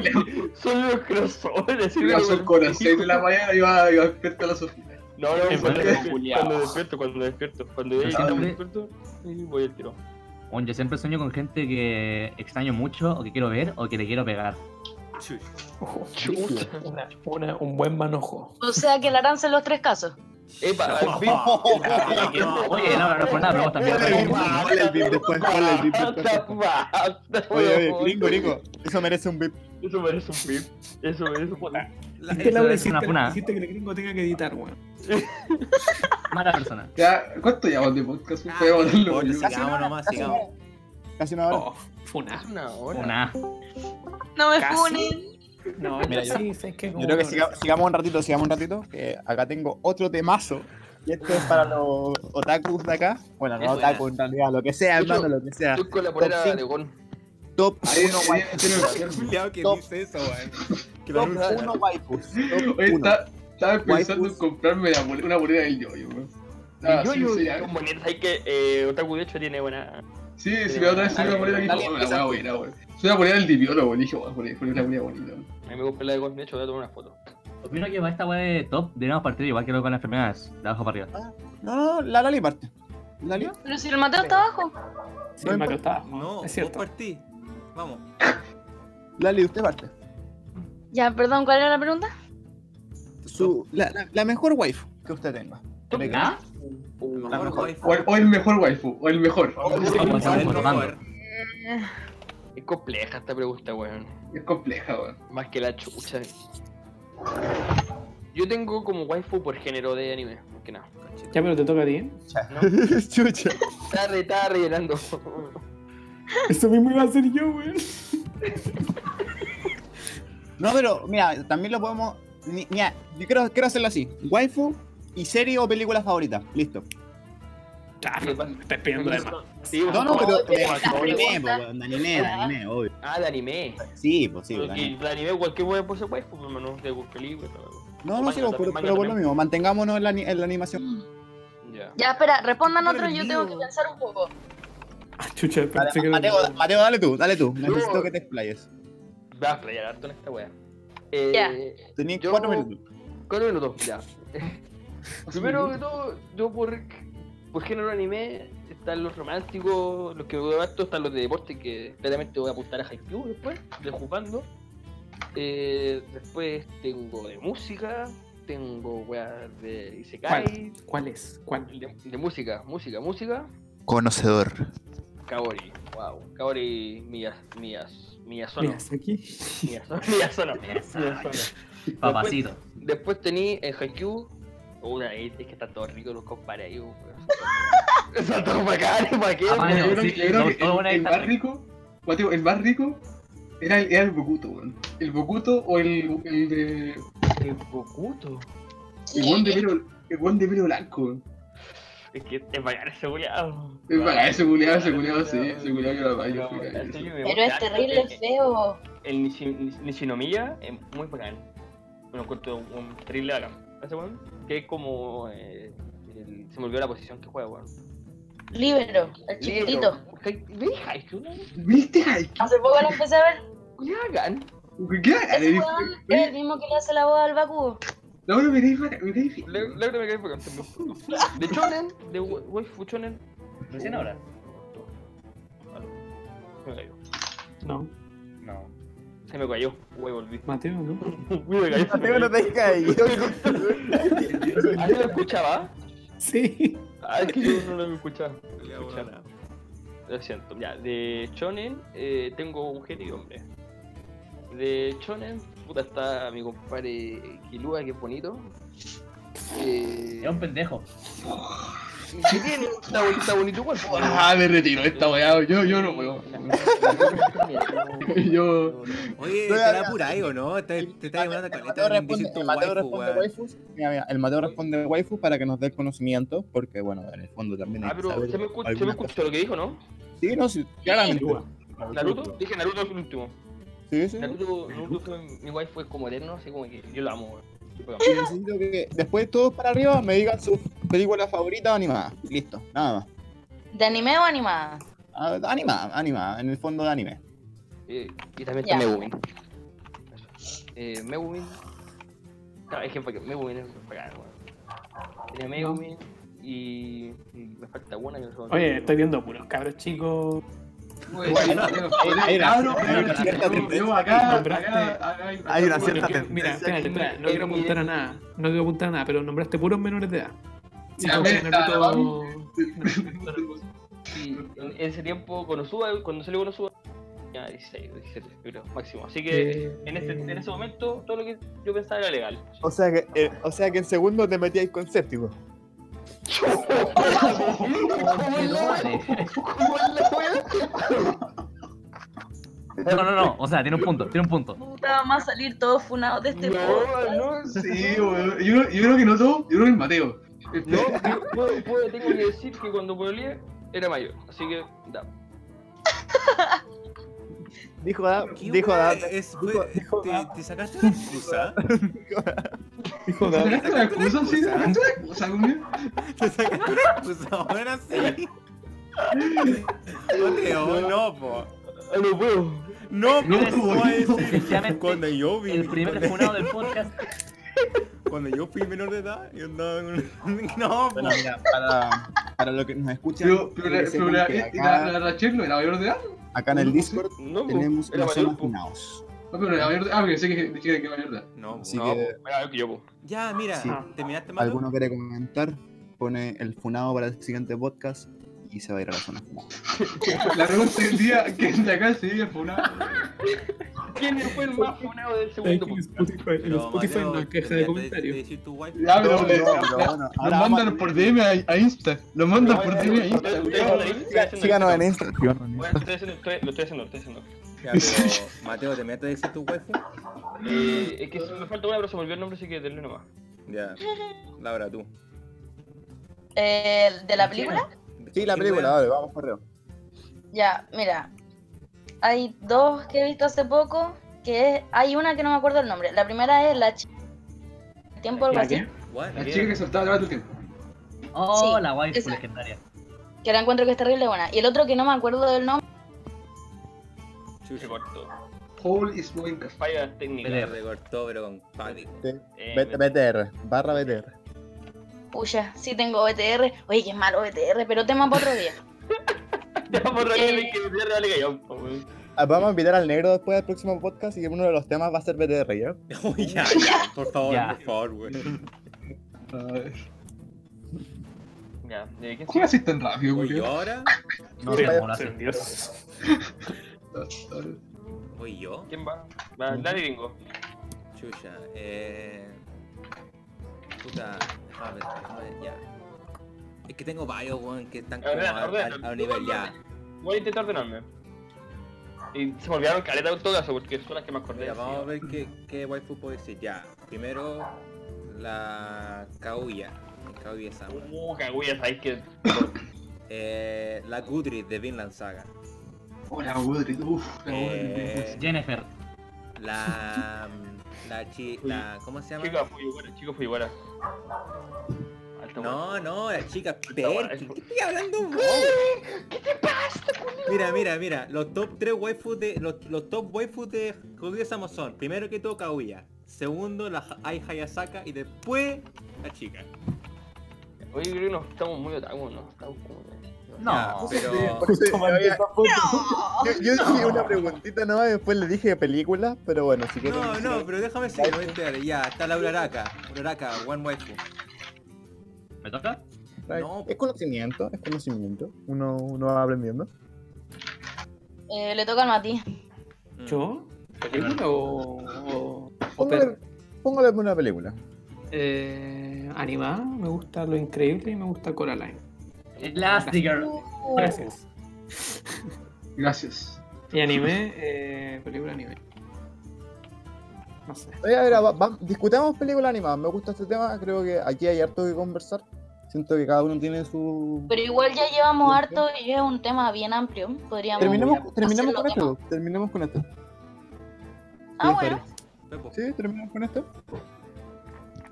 Speaker 8: Son los crossovers. así,
Speaker 5: Me pasó
Speaker 8: weón.
Speaker 5: con las 6 de la mañana y iba, iba a despertar a la Sofía.
Speaker 8: No, no,
Speaker 4: Me
Speaker 8: cuando,
Speaker 4: vuelvo
Speaker 8: cuando
Speaker 4: culiao.
Speaker 8: despierto, cuando despierto. Cuando ya
Speaker 5: Yo
Speaker 8: que estamos
Speaker 3: siempre-
Speaker 8: despierto, sí, voy al tiro.
Speaker 3: Bueno, yo siempre sueño con gente que extraño mucho, o que quiero ver, o que le quiero pegar.
Speaker 2: Chuy.
Speaker 4: Ojo,
Speaker 8: Chuta.
Speaker 4: una, una, un buen manojo.
Speaker 6: O sea, que la en los tres casos.
Speaker 8: Epa, al fin.
Speaker 3: Oye, no, no, por nada, pero vos también.
Speaker 1: Ponle el bip después, ponle el bip después.
Speaker 8: Basta, basta,
Speaker 1: Oye,
Speaker 8: weón.
Speaker 1: oye, gringo, gringo, eso merece un bip.
Speaker 8: Eso merece un pip. Eso merece un pip.
Speaker 2: La-
Speaker 4: ¿Qué
Speaker 3: Eso
Speaker 4: Laura
Speaker 3: es una
Speaker 4: hiciste,
Speaker 3: funada.
Speaker 4: hiciste que el gringo tenga que editar, weón?
Speaker 3: Mala persona.
Speaker 5: Ya, ¿cuánto llevamos de podcast?
Speaker 2: Ah,
Speaker 5: Voy a ponerlo,
Speaker 2: bueno,
Speaker 5: yo.
Speaker 2: sigamos nomás, sigamos.
Speaker 1: Casi una hora.
Speaker 4: Oh, funa.
Speaker 8: Una hora.
Speaker 3: Una.
Speaker 6: No me
Speaker 4: Casi.
Speaker 6: funen.
Speaker 4: No,
Speaker 1: Mira,
Speaker 4: yo
Speaker 1: yo-
Speaker 4: sí, sé que
Speaker 1: Yo creo que siga- sigamos un ratito, sigamos un ratito, que acá tengo otro temazo. Y este es para los otakus de acá. Bueno,
Speaker 2: Es
Speaker 1: no otakus en realidad, lo que sea,
Speaker 8: Yo-
Speaker 1: hermano, lo que sea.
Speaker 8: Estoy con la polera
Speaker 1: cinco.
Speaker 8: de Gon.
Speaker 1: Top
Speaker 5: Ahí
Speaker 1: 1
Speaker 5: ahí tiene el gobierno.
Speaker 2: Cuidado que
Speaker 1: Top.
Speaker 2: dice eso, weón. Que lo
Speaker 1: Top
Speaker 2: anuncia.
Speaker 1: 1 waifus. Top
Speaker 5: Oye,
Speaker 1: 1.
Speaker 5: está- estaba pensando en
Speaker 1: Waifus.
Speaker 5: comprarme la bol- una moneda del yoyo, weón. Ah,
Speaker 8: Y yo,
Speaker 5: sí,
Speaker 8: yo,
Speaker 5: sí, ya.
Speaker 8: con monedas, hay que eh, Otaku de hecho tiene buena.
Speaker 5: Sí, sí, la otra vez subí una moneda aquí,
Speaker 1: Dale,
Speaker 5: weón, la weá buena, weón. Soy una moneda del diviolo, weón. Dije, weón, poner una moneda bonita, weón.
Speaker 8: A mí me compré la de Gon, de hecho voy a tomar una foto.
Speaker 3: Mira que va esta wea de top, deberíamos partir igual que lo con las enfermedades, de abajo para arriba.
Speaker 1: No, no, la Lali parte. ¿Lali?
Speaker 6: Pero si el Mateo está abajo.
Speaker 4: Sí, el Mateo está.
Speaker 2: No,
Speaker 4: es
Speaker 2: vos
Speaker 4: cierto.
Speaker 2: partí. Vamos.
Speaker 1: Lali, usted parte.
Speaker 6: Ya, perdón, ¿cuál era la pregunta?
Speaker 1: Su, la, la, la mejor waifu que usted tenga. Tiene que-
Speaker 3: ¿Ah?
Speaker 8: Uh,
Speaker 1: La mejor.
Speaker 5: O el, o el mejor waifu, o el mejor.
Speaker 3: Vamos, estamos tomando.
Speaker 8: Es compleja esta pregunta, weón.
Speaker 5: Es compleja, weón.
Speaker 8: Más que la chucha. Yo tengo como waifu por género de anime, más que nada.
Speaker 4: Ya, pero te toca a ti.
Speaker 1: Chucha.
Speaker 8: Está, re- está rellenando.
Speaker 4: Eso mismo iba a hacer yo, weón.
Speaker 1: No, pero mira, también lo podemos. ni- Mira, yo quiero, quiero hacerlo así: waifu y serie o película favorita. Listo.
Speaker 4: Ah,
Speaker 8: Sí, pa-
Speaker 4: me estás pidiendo de más.
Speaker 8: Sí,
Speaker 1: No, no, pero.
Speaker 8: por favor,
Speaker 1: de
Speaker 8: por favor.
Speaker 1: anime, po, weón, de anime, de anime, obvio.
Speaker 8: Ah, de anime.
Speaker 1: Sí, pues sí,
Speaker 8: Sí,
Speaker 1: de anime.
Speaker 8: de anime cualquier waifu puede ser waifu, pero no de película. pero-
Speaker 1: No, no, sí, po, pero,
Speaker 8: Manga también,
Speaker 1: pero por
Speaker 8: manga
Speaker 1: lo mismo, mantengámonos en la, ani- en la animación.
Speaker 8: Ya.
Speaker 6: Ya, espera, respondan otro, yo
Speaker 2: Perdido.
Speaker 6: tengo que pensar un poco.
Speaker 4: Ah, chucha,
Speaker 1: Dale,
Speaker 4: pensé que era-
Speaker 1: Mateo, Mateo, dale tú, dale tú. Necesito que te explayes.
Speaker 8: Vas a playar harto en esta wea. Eh,
Speaker 6: Ya.
Speaker 1: Tenías
Speaker 8: Yo-
Speaker 1: cuatro minutos.
Speaker 8: Cuatro minutos, ya. Primero que todo, yo por, por género anime están los románticos, los que veo harto, están los de deporte que claramente voy a apuntar a Haikyuu después, de jugando. Eh, después tengo de música, tengo weas de Isekai,
Speaker 4: ¿Cuál es? ¿Cuál?
Speaker 8: de, de música, música, música,
Speaker 1: Conocedor.
Speaker 8: Kaori, wow, Kaori Miyas, Miyas, Miyazono,
Speaker 4: Mira, está aquí.
Speaker 8: Miyazono, Miyazono, Miyazono.
Speaker 3: Papacito.
Speaker 8: Después tení en Haikyuu. Una, es es que están todos ricos los compares ahí, weón. Son todos bacanes, ¿para qué?
Speaker 3: Ah,
Speaker 8: weón?
Speaker 5: Yo
Speaker 3: bueno,
Speaker 5: creo que-
Speaker 3: sí,
Speaker 5: yo creo
Speaker 3: no,
Speaker 5: que
Speaker 3: todo
Speaker 5: el-
Speaker 3: una
Speaker 5: el
Speaker 3: etapa.
Speaker 5: más rico, Mateo, el más rico era el, era el Bokuto, weón. El Bokuto o el, el de.
Speaker 8: El Bokuto.
Speaker 5: El buen de pelo, el buen de pelo blanco, weón.
Speaker 8: Es que es bacán ese culiado.
Speaker 5: Es bacán ese culiao, ese culiao, sí, ese culiao que era bacán, yo fui bacán, sí.
Speaker 6: Pero es terrible feo.
Speaker 8: eh, El Nishi- Nish- Nishinomiya es muy bacán. Me lo encuentro un terrible bacán. Ese weón, que es como. eh, el- se me olvidó la posición que juega, weón.
Speaker 6: Libero, el chiquitito.
Speaker 8: Libro. Hai- ¿Ve Haikyuu? no?
Speaker 5: ¿Viste, Haikyuu?
Speaker 6: Hace poco lo empecé a ver.
Speaker 8: Culiao bacán.
Speaker 5: ¿Qué bacán,
Speaker 6: Ese
Speaker 5: eh,
Speaker 6: weón
Speaker 5: eh,
Speaker 6: es el mismo que le hace la boda al Bakugo.
Speaker 5: No, no, me caí bacán, me caí bien.
Speaker 8: Le- le- me cae bacán también. De Chonen, de wa- Waifu Chonen,
Speaker 2: Recién ahora.
Speaker 8: me cayó.
Speaker 4: No,
Speaker 2: No.
Speaker 8: Se me cayó, wey, volví.
Speaker 4: Mateo, ¿no?
Speaker 8: Uy, me cayó, se me cayó.
Speaker 1: te
Speaker 8: ¿Ah, yo lo escuchaba?
Speaker 4: Sí.
Speaker 8: Ah, es que yo no lo escuchaba.
Speaker 2: Ya,
Speaker 8: Escucha.
Speaker 2: bueno, nada.
Speaker 8: Lo siento. Ya, de Shonen eh, tengo mujer y hombre. De Shonen, puta, está mi compadre Kilua, que es bonito. Eh,
Speaker 3: Es un pendejo.
Speaker 8: ¿Qué tiene? Está, boni- está bonito igual. pues. po.
Speaker 5: Ah, me retiro esta weá, yo, yo no weón. Yo.
Speaker 1: No,
Speaker 2: Oye, ¿te
Speaker 1: ya,
Speaker 2: la
Speaker 1: ya.
Speaker 2: apura ahí o no? Te, te está llamando
Speaker 1: El
Speaker 2: caleta
Speaker 1: Mateo
Speaker 2: de
Speaker 1: responde,
Speaker 2: decir tu
Speaker 1: el Mateo
Speaker 2: waifu,
Speaker 1: responde
Speaker 2: weón.
Speaker 1: waifus. Mira, mira, el Mateo responde waifus para que nos dé el conocimiento, porque bueno, en el fondo también hay
Speaker 8: Ah,
Speaker 1: que
Speaker 8: pero
Speaker 1: saber
Speaker 8: se me, escu- se me
Speaker 1: algunas
Speaker 8: escuchó lo que dijo, ¿no?
Speaker 1: cosas. Sí, no, sí, claramente.
Speaker 8: Naruto, dije Naruto es el último.
Speaker 1: Sí, sí.
Speaker 8: Naruto, Naruto fue mi wife fue como eterno, así como que yo lo amo, weón.
Speaker 1: Y necesito que después de todos para arriba me digan sus películas favoritas o animadas. Listo, nada más.
Speaker 6: ¿De anime o animada?
Speaker 1: Ah, animada, animada, en el fondo de anime.
Speaker 8: Eh, y también
Speaker 6: Ya.
Speaker 8: está Megumin. Eh, Megumin. No, es que porque Megumin es bacán, weón. Tiene Megumin y. y me falta una que no sé dónde-
Speaker 4: Oye, estoy viendo puros cabros chicos.
Speaker 1: era-
Speaker 5: Cabro,
Speaker 1: era una cierta tendencia.
Speaker 5: yo acá,
Speaker 4: Nombraste-
Speaker 5: acá, acá hay-
Speaker 1: Hay una
Speaker 5: acá-
Speaker 1: cierta
Speaker 4: Bueno, que- Mira,
Speaker 1: tendencia
Speaker 4: espérate,
Speaker 8: que
Speaker 4: espérate, no
Speaker 8: en
Speaker 4: quiero
Speaker 8: mi-
Speaker 4: apuntar a nada. No quiero apuntar a nada, pero nombraste puros menores de edad. Sí,
Speaker 5: Ya,
Speaker 4: porque
Speaker 5: mira,
Speaker 4: Naruto-
Speaker 8: Y en en ese tiempo, Konosuba, cuando salió Konosuba, ya 16, 17, creo, máximo. Así que en, ese, en ese momento, todo lo que yo pensaba era legal.
Speaker 1: O sea que, eh, o sea que en segundo te metíais con séptimo.
Speaker 3: No, no, no. O sea, tiene un punto, tiene un punto.
Speaker 6: Puta, vamos a salir todos funados de este podcast.
Speaker 8: no,
Speaker 5: Sí, weón. Yo, yo creo que no todo, yo creo que el Mateo.
Speaker 8: No, yo puedo, puedo- tengo que decir que cuando pololeé era mayor, así que da.
Speaker 1: Dijo, da,
Speaker 2: ¿Qué,
Speaker 1: dijo,
Speaker 2: weón?
Speaker 1: da,
Speaker 2: Es-
Speaker 1: dijo- dijo
Speaker 2: te-
Speaker 1: da-
Speaker 2: ¿Te sacaste una excusa?
Speaker 4: Hijo
Speaker 5: ¿Te
Speaker 4: de.
Speaker 5: sacaste la excusa? Sí, te sacaste la excusa, conmigo.
Speaker 2: ¿Te sacaste una excusa? Pues, Ahora sí. Mateo, no, po.
Speaker 8: Ah, no puedo.
Speaker 2: No,
Speaker 5: No,
Speaker 2: po, ¿cómo va a decir? pues,
Speaker 3: Sencillamente,
Speaker 2: Cuando yo vi.
Speaker 3: El primer
Speaker 2: cuando,
Speaker 3: funado del podcast.
Speaker 2: cuando yo fui menor de edad, yo andaba con un- No, po.
Speaker 1: Bueno, mira, para, para lo que nos escuchan,
Speaker 5: Pero, pero,
Speaker 1: quiero
Speaker 5: la,
Speaker 1: que ah. sepan
Speaker 5: pero la,
Speaker 1: que
Speaker 5: la,
Speaker 1: acá,
Speaker 5: eh, la Rachel no era mayor de edad.
Speaker 1: acá en el Discord
Speaker 8: No, po.
Speaker 1: tenemos
Speaker 8: era
Speaker 1: una zona
Speaker 8: mayor, pues, po.
Speaker 1: funados.
Speaker 5: No, pero era mayor de edad. Ah, porque sé que dije que era mayor de edad.
Speaker 2: No, po.
Speaker 1: Así
Speaker 8: No,
Speaker 1: que,
Speaker 8: po, era mayor que yo, pues. po.
Speaker 2: Ya, mira,
Speaker 1: Sí.
Speaker 2: terminaste mal.
Speaker 1: ¿alguno quiere comentar? Pone el funado para el siguiente podcast y se va a ir a la zona funado.
Speaker 5: La pregunta del día que en la calle iba fue una.
Speaker 8: ¿Quién fue el más funado del segundo? pues?
Speaker 4: En
Speaker 8: po?
Speaker 4: Spotify, en Spotify no hay queja de comentarios.
Speaker 5: Ya,
Speaker 1: No,
Speaker 5: Ah, pero.
Speaker 1: no,
Speaker 5: la-
Speaker 1: pero
Speaker 5: la-
Speaker 1: bueno,
Speaker 5: Nos
Speaker 1: ahora vamos a-
Speaker 5: mandan por DM a, a Insta. Nos mandan por DM
Speaker 1: eh,
Speaker 5: a Insta.
Speaker 8: Ustedes-
Speaker 5: weón.
Speaker 8: ustedes- ustedes-
Speaker 1: Siga-
Speaker 8: ustedes-
Speaker 1: Síganos en Instagram.
Speaker 8: Bueno, estoy haciendo- estoy- Lo estoy haciendo, lo estoy haciendo.
Speaker 2: Ya, pero, Mateo, ¿terminaste de decir tu waifu?
Speaker 8: Eh, es que se me falta una, pero se me olvidó el nombre, así que denle nomás.
Speaker 2: Ya. Laura, tú.
Speaker 6: Eh, ¿De la película?
Speaker 1: Sí, la
Speaker 2: ¿Qué
Speaker 1: película,
Speaker 2: weón?
Speaker 1: dale, vamos correo.
Speaker 6: Ya, mira. Hay dos que he visto hace poco, que es, hay una que no me acuerdo el nombre. La primera es la chica tiempo algo
Speaker 4: ¿La
Speaker 6: así,
Speaker 4: qué?
Speaker 2: What?
Speaker 5: La chica que soltaba durante el tiempo.
Speaker 3: Oh,
Speaker 6: Sí,
Speaker 3: la waifu
Speaker 6: esa.
Speaker 3: legendaria.
Speaker 6: que la encuentro que es terrible buena. Y el otro que no me acuerdo del nombre
Speaker 8: Se cortó.
Speaker 5: hole is moving car.
Speaker 8: Fallas técnicas.
Speaker 2: Me recortó, pero con pánico.
Speaker 8: Eh,
Speaker 1: BT- BTR, barra BTR.
Speaker 6: Pucha, sí tengo BTR. Oye, qué malo BTR, pero tema para otro día.
Speaker 8: Ya, por ahí
Speaker 2: Eh.
Speaker 8: tienen que meterle al gallón, po, pues, weón.
Speaker 1: Ah, Vamos a invitar al negro después del próximo podcast y que uno de los temas va a ser BTR, ¿ya?
Speaker 2: Uy, ya, por favor,
Speaker 3: Ya.
Speaker 2: por favor, weón.
Speaker 5: Ay,
Speaker 8: Ya, eh, ¿quién
Speaker 5: ¿Cómo
Speaker 8: sigue?
Speaker 5: así tan rápido,
Speaker 2: Uy, ¿y
Speaker 5: Julio?
Speaker 2: ahora?
Speaker 1: No,
Speaker 3: Sí,
Speaker 1: vaya-
Speaker 3: como lo hacen.
Speaker 7: Dios.
Speaker 2: Uy, yo.
Speaker 8: ¿Quién va? Va, dale, gringo.
Speaker 2: Chucha, eh. Puta, déjame ver, déjame ver, ya. Es que tengo varios, weón, que están como
Speaker 8: Ordena,
Speaker 2: a,
Speaker 8: ordena.
Speaker 2: a- a un nivel ya.
Speaker 8: Voy a intentar ordenarme. Y se me olvidaron caleta de todo eso, porque son las que me acordé.
Speaker 2: Mira,
Speaker 8: sí.
Speaker 2: vamos a ver qué, qué waifu puedo decir. Ya, primero la Kaguya. Kaguya Sama.
Speaker 8: Uh, cagüilla, sabéis que.
Speaker 2: Eh, la Gudrid de Vinland Saga.
Speaker 5: Hola, Woodrick. Uf, la
Speaker 2: Eh,
Speaker 3: Jennifer.
Speaker 2: la. La chi. La, ¿Cómo se llama?
Speaker 8: Chica Fujiwara, chico Fujiwara. Alta weá.
Speaker 2: No, no, la chica
Speaker 8: buena,
Speaker 2: Perkin.
Speaker 8: eso.
Speaker 2: ¿Qué estoy hablando vos? Mira, mira, mira. Los top 3 waifus de. Los, los top waifus de Kaguya Sama son. Primero que todo Kaguya. Segundo la Ha- Ai Hayasaka. Y después la chica.
Speaker 8: Oye, creo que no estamos muy otaku, ¿no? Estamos como.
Speaker 3: No,
Speaker 2: Ya, pero.
Speaker 1: Sí, oiga,
Speaker 6: No.
Speaker 1: yo, yo hice una preguntita nomás y después le dije película, pero bueno, si quieren...
Speaker 2: No, no, pero déjame seguir, voy a esperar. Ya, está la Uraraka. Uraraka, One Waifu.
Speaker 3: ¿Me toca?
Speaker 2: no.
Speaker 1: Es conocimiento, es conocimiento. Uno, uno va aprendiendo.
Speaker 6: Eh, le toca al Mati.
Speaker 2: Mm.
Speaker 7: ¿Yo? ¿Película o.? o- o
Speaker 1: Póngale,
Speaker 7: per-
Speaker 1: póngale una película.
Speaker 7: eh, animada, me gusta Lo Increíble y me gusta Coraline.
Speaker 3: Eh, Elastigirl.
Speaker 7: Gracias.
Speaker 5: Gracias.
Speaker 7: Y anime, eh, película anime. No sé.
Speaker 1: Oye, Eh, a ver, va- va- discutamos películas animadas. Me gusta este tema, creo que aquí hay harto que conversar. Siento que cada uno tiene su...
Speaker 6: Pero igual ya llevamos harto y es un tema bien amplio. Podríamos.
Speaker 1: Terminemos, terminemos
Speaker 6: hacerlo
Speaker 1: con esto, terminemos con esto.
Speaker 6: Ah,
Speaker 1: Sí,
Speaker 6: bueno.
Speaker 2: Pepo.
Speaker 1: Sí, terminamos con esto.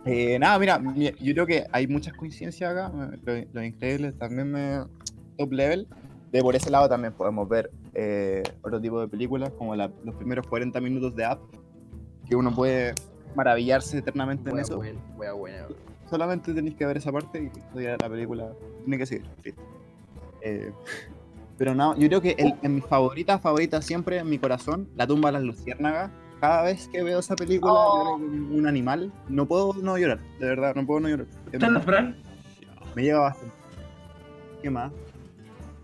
Speaker 1: Eh, nada, mira, mi- yo creo que hay muchas coincidencias acá. me- Lo, lo increíble también me. Top level. De por ese lado también podemos ver eh, otro tipo de películas, como la- los primeros 40 minutos de app, que uno puede maravillarse eternamente en eso.
Speaker 2: Wea buena.
Speaker 1: Solamente tenéis que ver esa parte y ya la película tiene que seguir. listo. Eh, pero no, yo creo que el- en mis favoritas, favoritas siempre en mi corazón, La tumba de las luciérnagas. Cada vez que veo esa película,
Speaker 6: Oh.
Speaker 1: yo veo un animal, no puedo no llorar, de verdad, no puedo no llorar. Es
Speaker 3: ¿Está en la
Speaker 1: verdad,
Speaker 3: Fran?
Speaker 1: Me lleva bastante. ¿Qué más?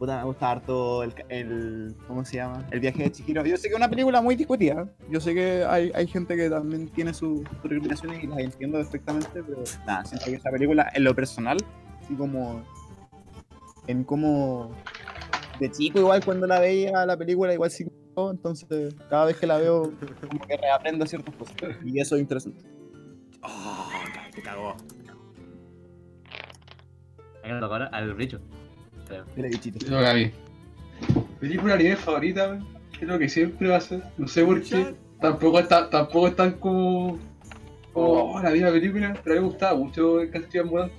Speaker 1: Puta, me gusta harto el, ca- el- ¿Cómo se llama? El viaje de Chihiro. Yo sé que es una película muy discutida. Yo sé que hay, hay gente que también tiene sus sus reivindicaciones y las entiendo perfectamente, pero nada, siento que esa película, en lo personal, así como. En cómo. De chico, igual cuando la veía la película, igual sí. ¿no? Entonces, cada vez que la veo, como que reaprendo ciertas cosas. Y eso es interesante.
Speaker 2: Oh, te cagó.
Speaker 3: Ahí me tocó ahora al Richo.
Speaker 1: Era bichito.
Speaker 5: Yo la vi. Película anime favorita, weón. es lo que siempre va a ser. No sé por qué. Tampoco está, tampoco es tan como. como oh, la misma película, pero a mí me gustaba mucho el Castillo Ambulante.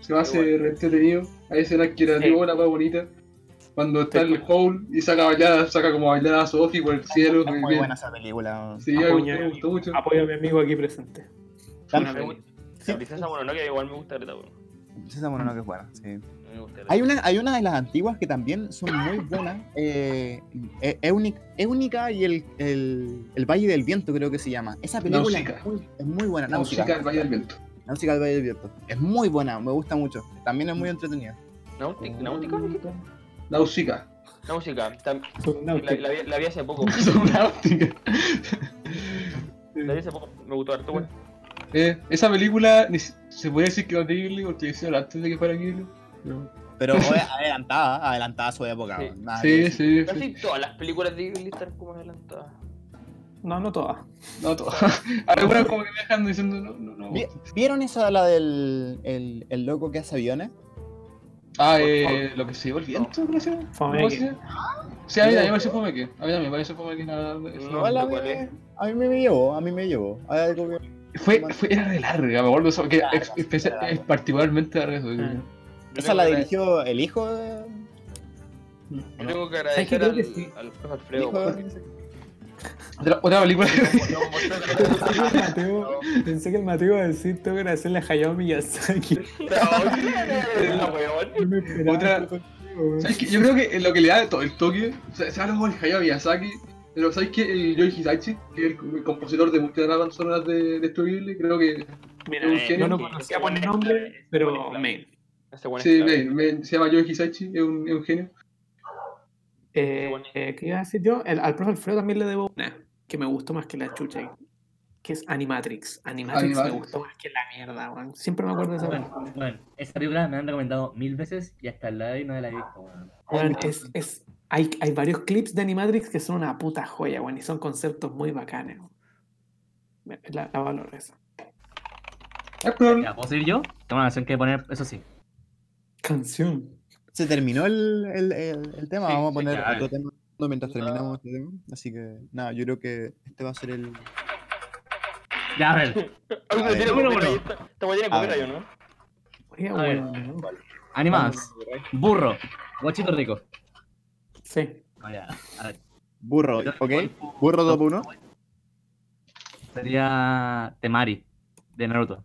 Speaker 5: Se me hace re entretenido. Hay escenas que la
Speaker 7: Sí.
Speaker 5: digo, la más bonita. Cuando está el Hole y saca a bailar, saca como a bailar a Sophie por el cielo.
Speaker 1: Es
Speaker 5: muy
Speaker 1: Ah, muy
Speaker 5: bien.
Speaker 1: buena esa película.
Speaker 5: Sí, a mí me gustó
Speaker 1: Ah,
Speaker 5: mucho.
Speaker 7: Apoyo a mi amigo aquí presente.
Speaker 1: Tan-
Speaker 7: Una
Speaker 8: Me
Speaker 7: peli.
Speaker 8: gusta. La princesa Mononoke igual me gusta, Greta, weón.
Speaker 1: Princesa Mononoke es buena, sí.
Speaker 8: Me gusta, Greta.
Speaker 1: Hay una, hay una de las antiguas que también son muy buenas. eh, es, es única, es única y el, el, el Valle del Viento creo que se llama. Esa película
Speaker 5: Náusica.
Speaker 1: es muy, es muy buena.
Speaker 5: La música
Speaker 1: Náusica.
Speaker 5: del Valle del Viento.
Speaker 1: Náusica del Valle del Viento. Es muy buena, me gusta mucho. También es muy entretenida.
Speaker 8: Nautic- Náutica, dijiste?
Speaker 5: Náusica.
Speaker 8: Náutica. tam- La,
Speaker 7: Subnautica.
Speaker 8: la vi, la vi hace poco.
Speaker 5: Es una náutica.
Speaker 8: La vi hace poco. Me gustó harto, weón.
Speaker 5: Eh, esa película ni si- se puede decir que es de Ghibli porque hicieron antes de que fuera Ghibli.
Speaker 1: Pero oye, adelantada, adelantada a su época.
Speaker 8: Sí.
Speaker 1: weón, nada que
Speaker 5: Sí,
Speaker 1: decir.
Speaker 5: sí, sí.
Speaker 8: Casi todas las películas de Ghibli están como adelantadas.
Speaker 7: No, no todas.
Speaker 5: No, todo. Algunas como que me dejan diciendo no, no, no.
Speaker 1: Vi- ¿Vieron esa la del el, el loco que hace aviones?
Speaker 5: Ah, eh, lo que se llevó el viento, ¿cómo se llama?
Speaker 7: Fomeke.
Speaker 5: ¿Cómo se llama? Sí, a mí también me parece Fomeke. A mí también me parece Fomeke. Nada, eso.
Speaker 8: No,
Speaker 1: Igual a,
Speaker 8: no,
Speaker 1: mí,
Speaker 8: ¿cuál es?
Speaker 1: a mí me llevó, a mí me llevó. Hay algo que-
Speaker 5: Fue, fue, era de larga, me acuerdo eso, porque
Speaker 1: Larga,
Speaker 5: es, es- es-
Speaker 1: sí, larga.
Speaker 5: es particularmente larga eso.
Speaker 7: Ah.
Speaker 8: Yo
Speaker 1: Esa
Speaker 8: tengo
Speaker 1: la
Speaker 8: que
Speaker 1: dirigió el hijo de...
Speaker 8: agrade- Yo tengo que
Speaker 7: ¿Sabes qué?
Speaker 8: agradecer
Speaker 7: Creo
Speaker 8: al,
Speaker 7: que sí.
Speaker 8: al profe
Speaker 1: el
Speaker 8: Alfredo,
Speaker 1: hijo
Speaker 8: weón.
Speaker 1: de-
Speaker 5: Otra, otra película
Speaker 8: Nos mostró-
Speaker 4: Mateo, pensé que el Mateo iba a decir, tengo que agradecerle a Hayao Miyazaki.
Speaker 8: No, ¿qué? La weón.
Speaker 4: No me esperaba
Speaker 5: Otra-
Speaker 4: esto, weón.
Speaker 5: ¿Sabes qué? Yo creo que lo que le da todo el toque, o sea, se habla como el Hayao Miyazaki, pero ¿sabes qué? El Yoichi Hisaichi, que es el, el compositor de muchas de las bandas sonoras de Destruible, creo que
Speaker 4: Mira, eh,
Speaker 5: un
Speaker 4: no
Speaker 5: genio
Speaker 4: lo
Speaker 8: que-
Speaker 4: conocía
Speaker 8: que
Speaker 4: por
Speaker 8: pone-
Speaker 4: nombre, pero
Speaker 8: pone-
Speaker 4: mail.
Speaker 8: Ese weón es
Speaker 5: sí,
Speaker 8: clave.
Speaker 5: me- me- se llama Yoichi Hisaichi, es un, es un genio.
Speaker 4: Eh,
Speaker 8: bueno.
Speaker 4: eh, ¿Qué iba a decir yo? El- al profe Alfredo también le debo una que me gustó más que la chucha, que es Animatrix. Animatrix, me
Speaker 5: Animatrix.
Speaker 4: gustó más que la mierda, weón. Siempre me acuerdo de esa
Speaker 3: Ah, Bueno,
Speaker 4: película.
Speaker 3: bueno, esa película me la han recomendado mil veces y hasta la de hoy no la he visto, weón.
Speaker 4: Weón, es, es, hay, hay varios clips de Animatrix que son una puta joya, weón, y son conceptos muy bacanes. weón. Me- La, la valoro esa.
Speaker 5: Ah, pero-
Speaker 3: Ya, ¿puedo seguir yo? Tengo una canción que poner, eso sí.
Speaker 4: Canción.
Speaker 1: Se terminó el, el, el- el tema,
Speaker 8: Sí,
Speaker 1: vamos a
Speaker 8: sí,
Speaker 1: poner
Speaker 8: ya,
Speaker 1: otro tema mientras
Speaker 8: No.
Speaker 1: terminamos este tema. Así que nada, yo creo que este va a ser el.
Speaker 3: Ya, a ver.
Speaker 8: Ah,
Speaker 1: A ver.
Speaker 8: tiene
Speaker 3: Bueno,
Speaker 8: copyright,
Speaker 3: bueno.
Speaker 8: esta- esta weón tiene
Speaker 1: A
Speaker 8: copyright, ¿no?
Speaker 4: Oye,
Speaker 3: A ver.
Speaker 4: weón, ¿no?
Speaker 3: Animadas. Burro. Guachito rico.
Speaker 4: Sí.
Speaker 3: No, ya. A ver.
Speaker 1: Burro, ¿ok? Burro top 1.
Speaker 3: Sería Temari, de Naruto.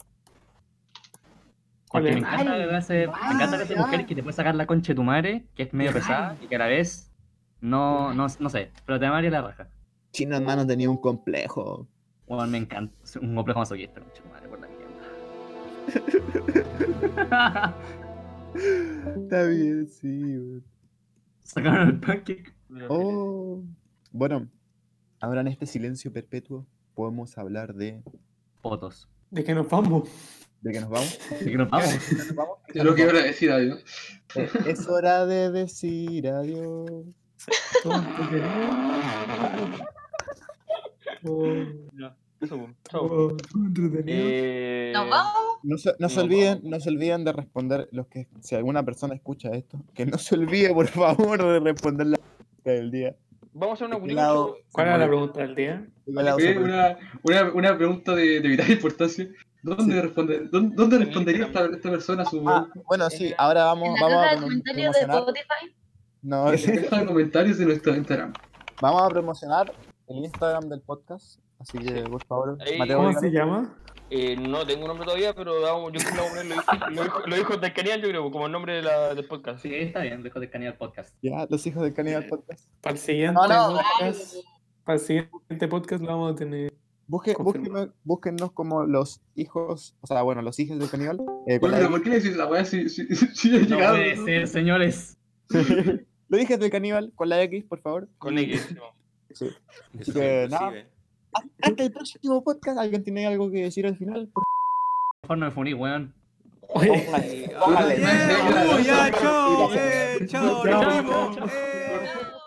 Speaker 4: ¿Cuál
Speaker 3: Porque me
Speaker 4: es?
Speaker 3: encanta que hace, me encanta que hace mujer que te puede sacar la concha de tu madre, que es medio pesada y que a la vez no, no, no sé, pero Temari es la raja.
Speaker 1: Chino hermano tenía un complejo.
Speaker 3: Bueno, me encanta, es un complejo masoquista, concha de tu madre, por la mierda.
Speaker 1: Está bien, sí, güey.
Speaker 3: Sacaron el pancake.
Speaker 1: Oh. Bueno, ahora en este silencio perpetuo podemos hablar de.
Speaker 3: Fotos.
Speaker 4: ¿De qué nos vamos?
Speaker 1: ¿De qué nos vamos?
Speaker 3: Así que nos vamos.
Speaker 5: Es lo que iba a decir ahí, ¿no?
Speaker 1: Eh, es hora de decir adiós.
Speaker 4: Todos te queremos. Todos-
Speaker 8: Eso, weón. Chao.
Speaker 4: todos entretenidos.
Speaker 8: Eh,
Speaker 6: Nos vamos.
Speaker 1: No se, no se
Speaker 8: No,
Speaker 1: olviden, no se olviden de responder los que si alguna persona escucha esto, que no se olvide por favor de responder la pregunta del día.
Speaker 8: Vamos a hacer una
Speaker 1: ¿De qué
Speaker 8: culica,
Speaker 1: lado?
Speaker 8: chao.
Speaker 4: ¿Cuál era la pregunta del día?
Speaker 1: De qué lado se
Speaker 5: Eh,
Speaker 1: pone.
Speaker 5: una, una, una pregunta de, de vital importancia. ¿Dónde, responde, dónde, dónde
Speaker 8: Sí,
Speaker 5: respondería esta,
Speaker 8: también.
Speaker 5: esta persona su...
Speaker 1: Ah, bueno, sí, ahora vamos,
Speaker 6: En la
Speaker 1: Eh, vamos
Speaker 6: caja
Speaker 1: a
Speaker 6: de
Speaker 1: promo-
Speaker 6: comentarios de
Speaker 1: promocionar.
Speaker 6: Spotify.
Speaker 1: No, sí,
Speaker 5: Deja comentarios de nuestro Instagram.
Speaker 1: vamos a promocionar el Instagram del podcast. Así que por favor,
Speaker 8: Ahí-
Speaker 1: Mateo,
Speaker 4: ¿Cómo
Speaker 1: dígalo.
Speaker 4: se llama?
Speaker 8: Eh, no tengo nombre todavía, pero vamos, yo creo que vamos a poner los hijos- los hijos del Canial, yo creo, como el nombre de la, del podcast.
Speaker 3: Sí, está bien, dejo de escanear el podcast.
Speaker 1: ya, los hijos del Canibal Podcast.
Speaker 4: Para el siguiente
Speaker 1: No, no.
Speaker 4: podcast. Para el siguiente podcast lo vamos a tener.
Speaker 1: Busque,
Speaker 4: Confirmado.
Speaker 1: búsquenme- búsquennos como los hijos, o sea, bueno, los hijos del Canibal. eh, con
Speaker 5: Bueno,
Speaker 1: la
Speaker 5: pero
Speaker 1: I.
Speaker 5: ¿por qué le decís la weá si, si, si ya
Speaker 3: No
Speaker 5: llegado?
Speaker 3: puede ser, señores.
Speaker 1: los hijos del Canibal con la X, por favor.
Speaker 8: Con X. sí, vamos.
Speaker 1: Así que nada, hasta el próximo podcast. ¿Alguien tiene algo que decir al final?
Speaker 3: Mejor no me funí, weón.
Speaker 4: Oye,
Speaker 1: Póngale.
Speaker 2: Yeah, uh, ya, chao, eh, chao, nos
Speaker 4: Chao.
Speaker 2: vimos. eh.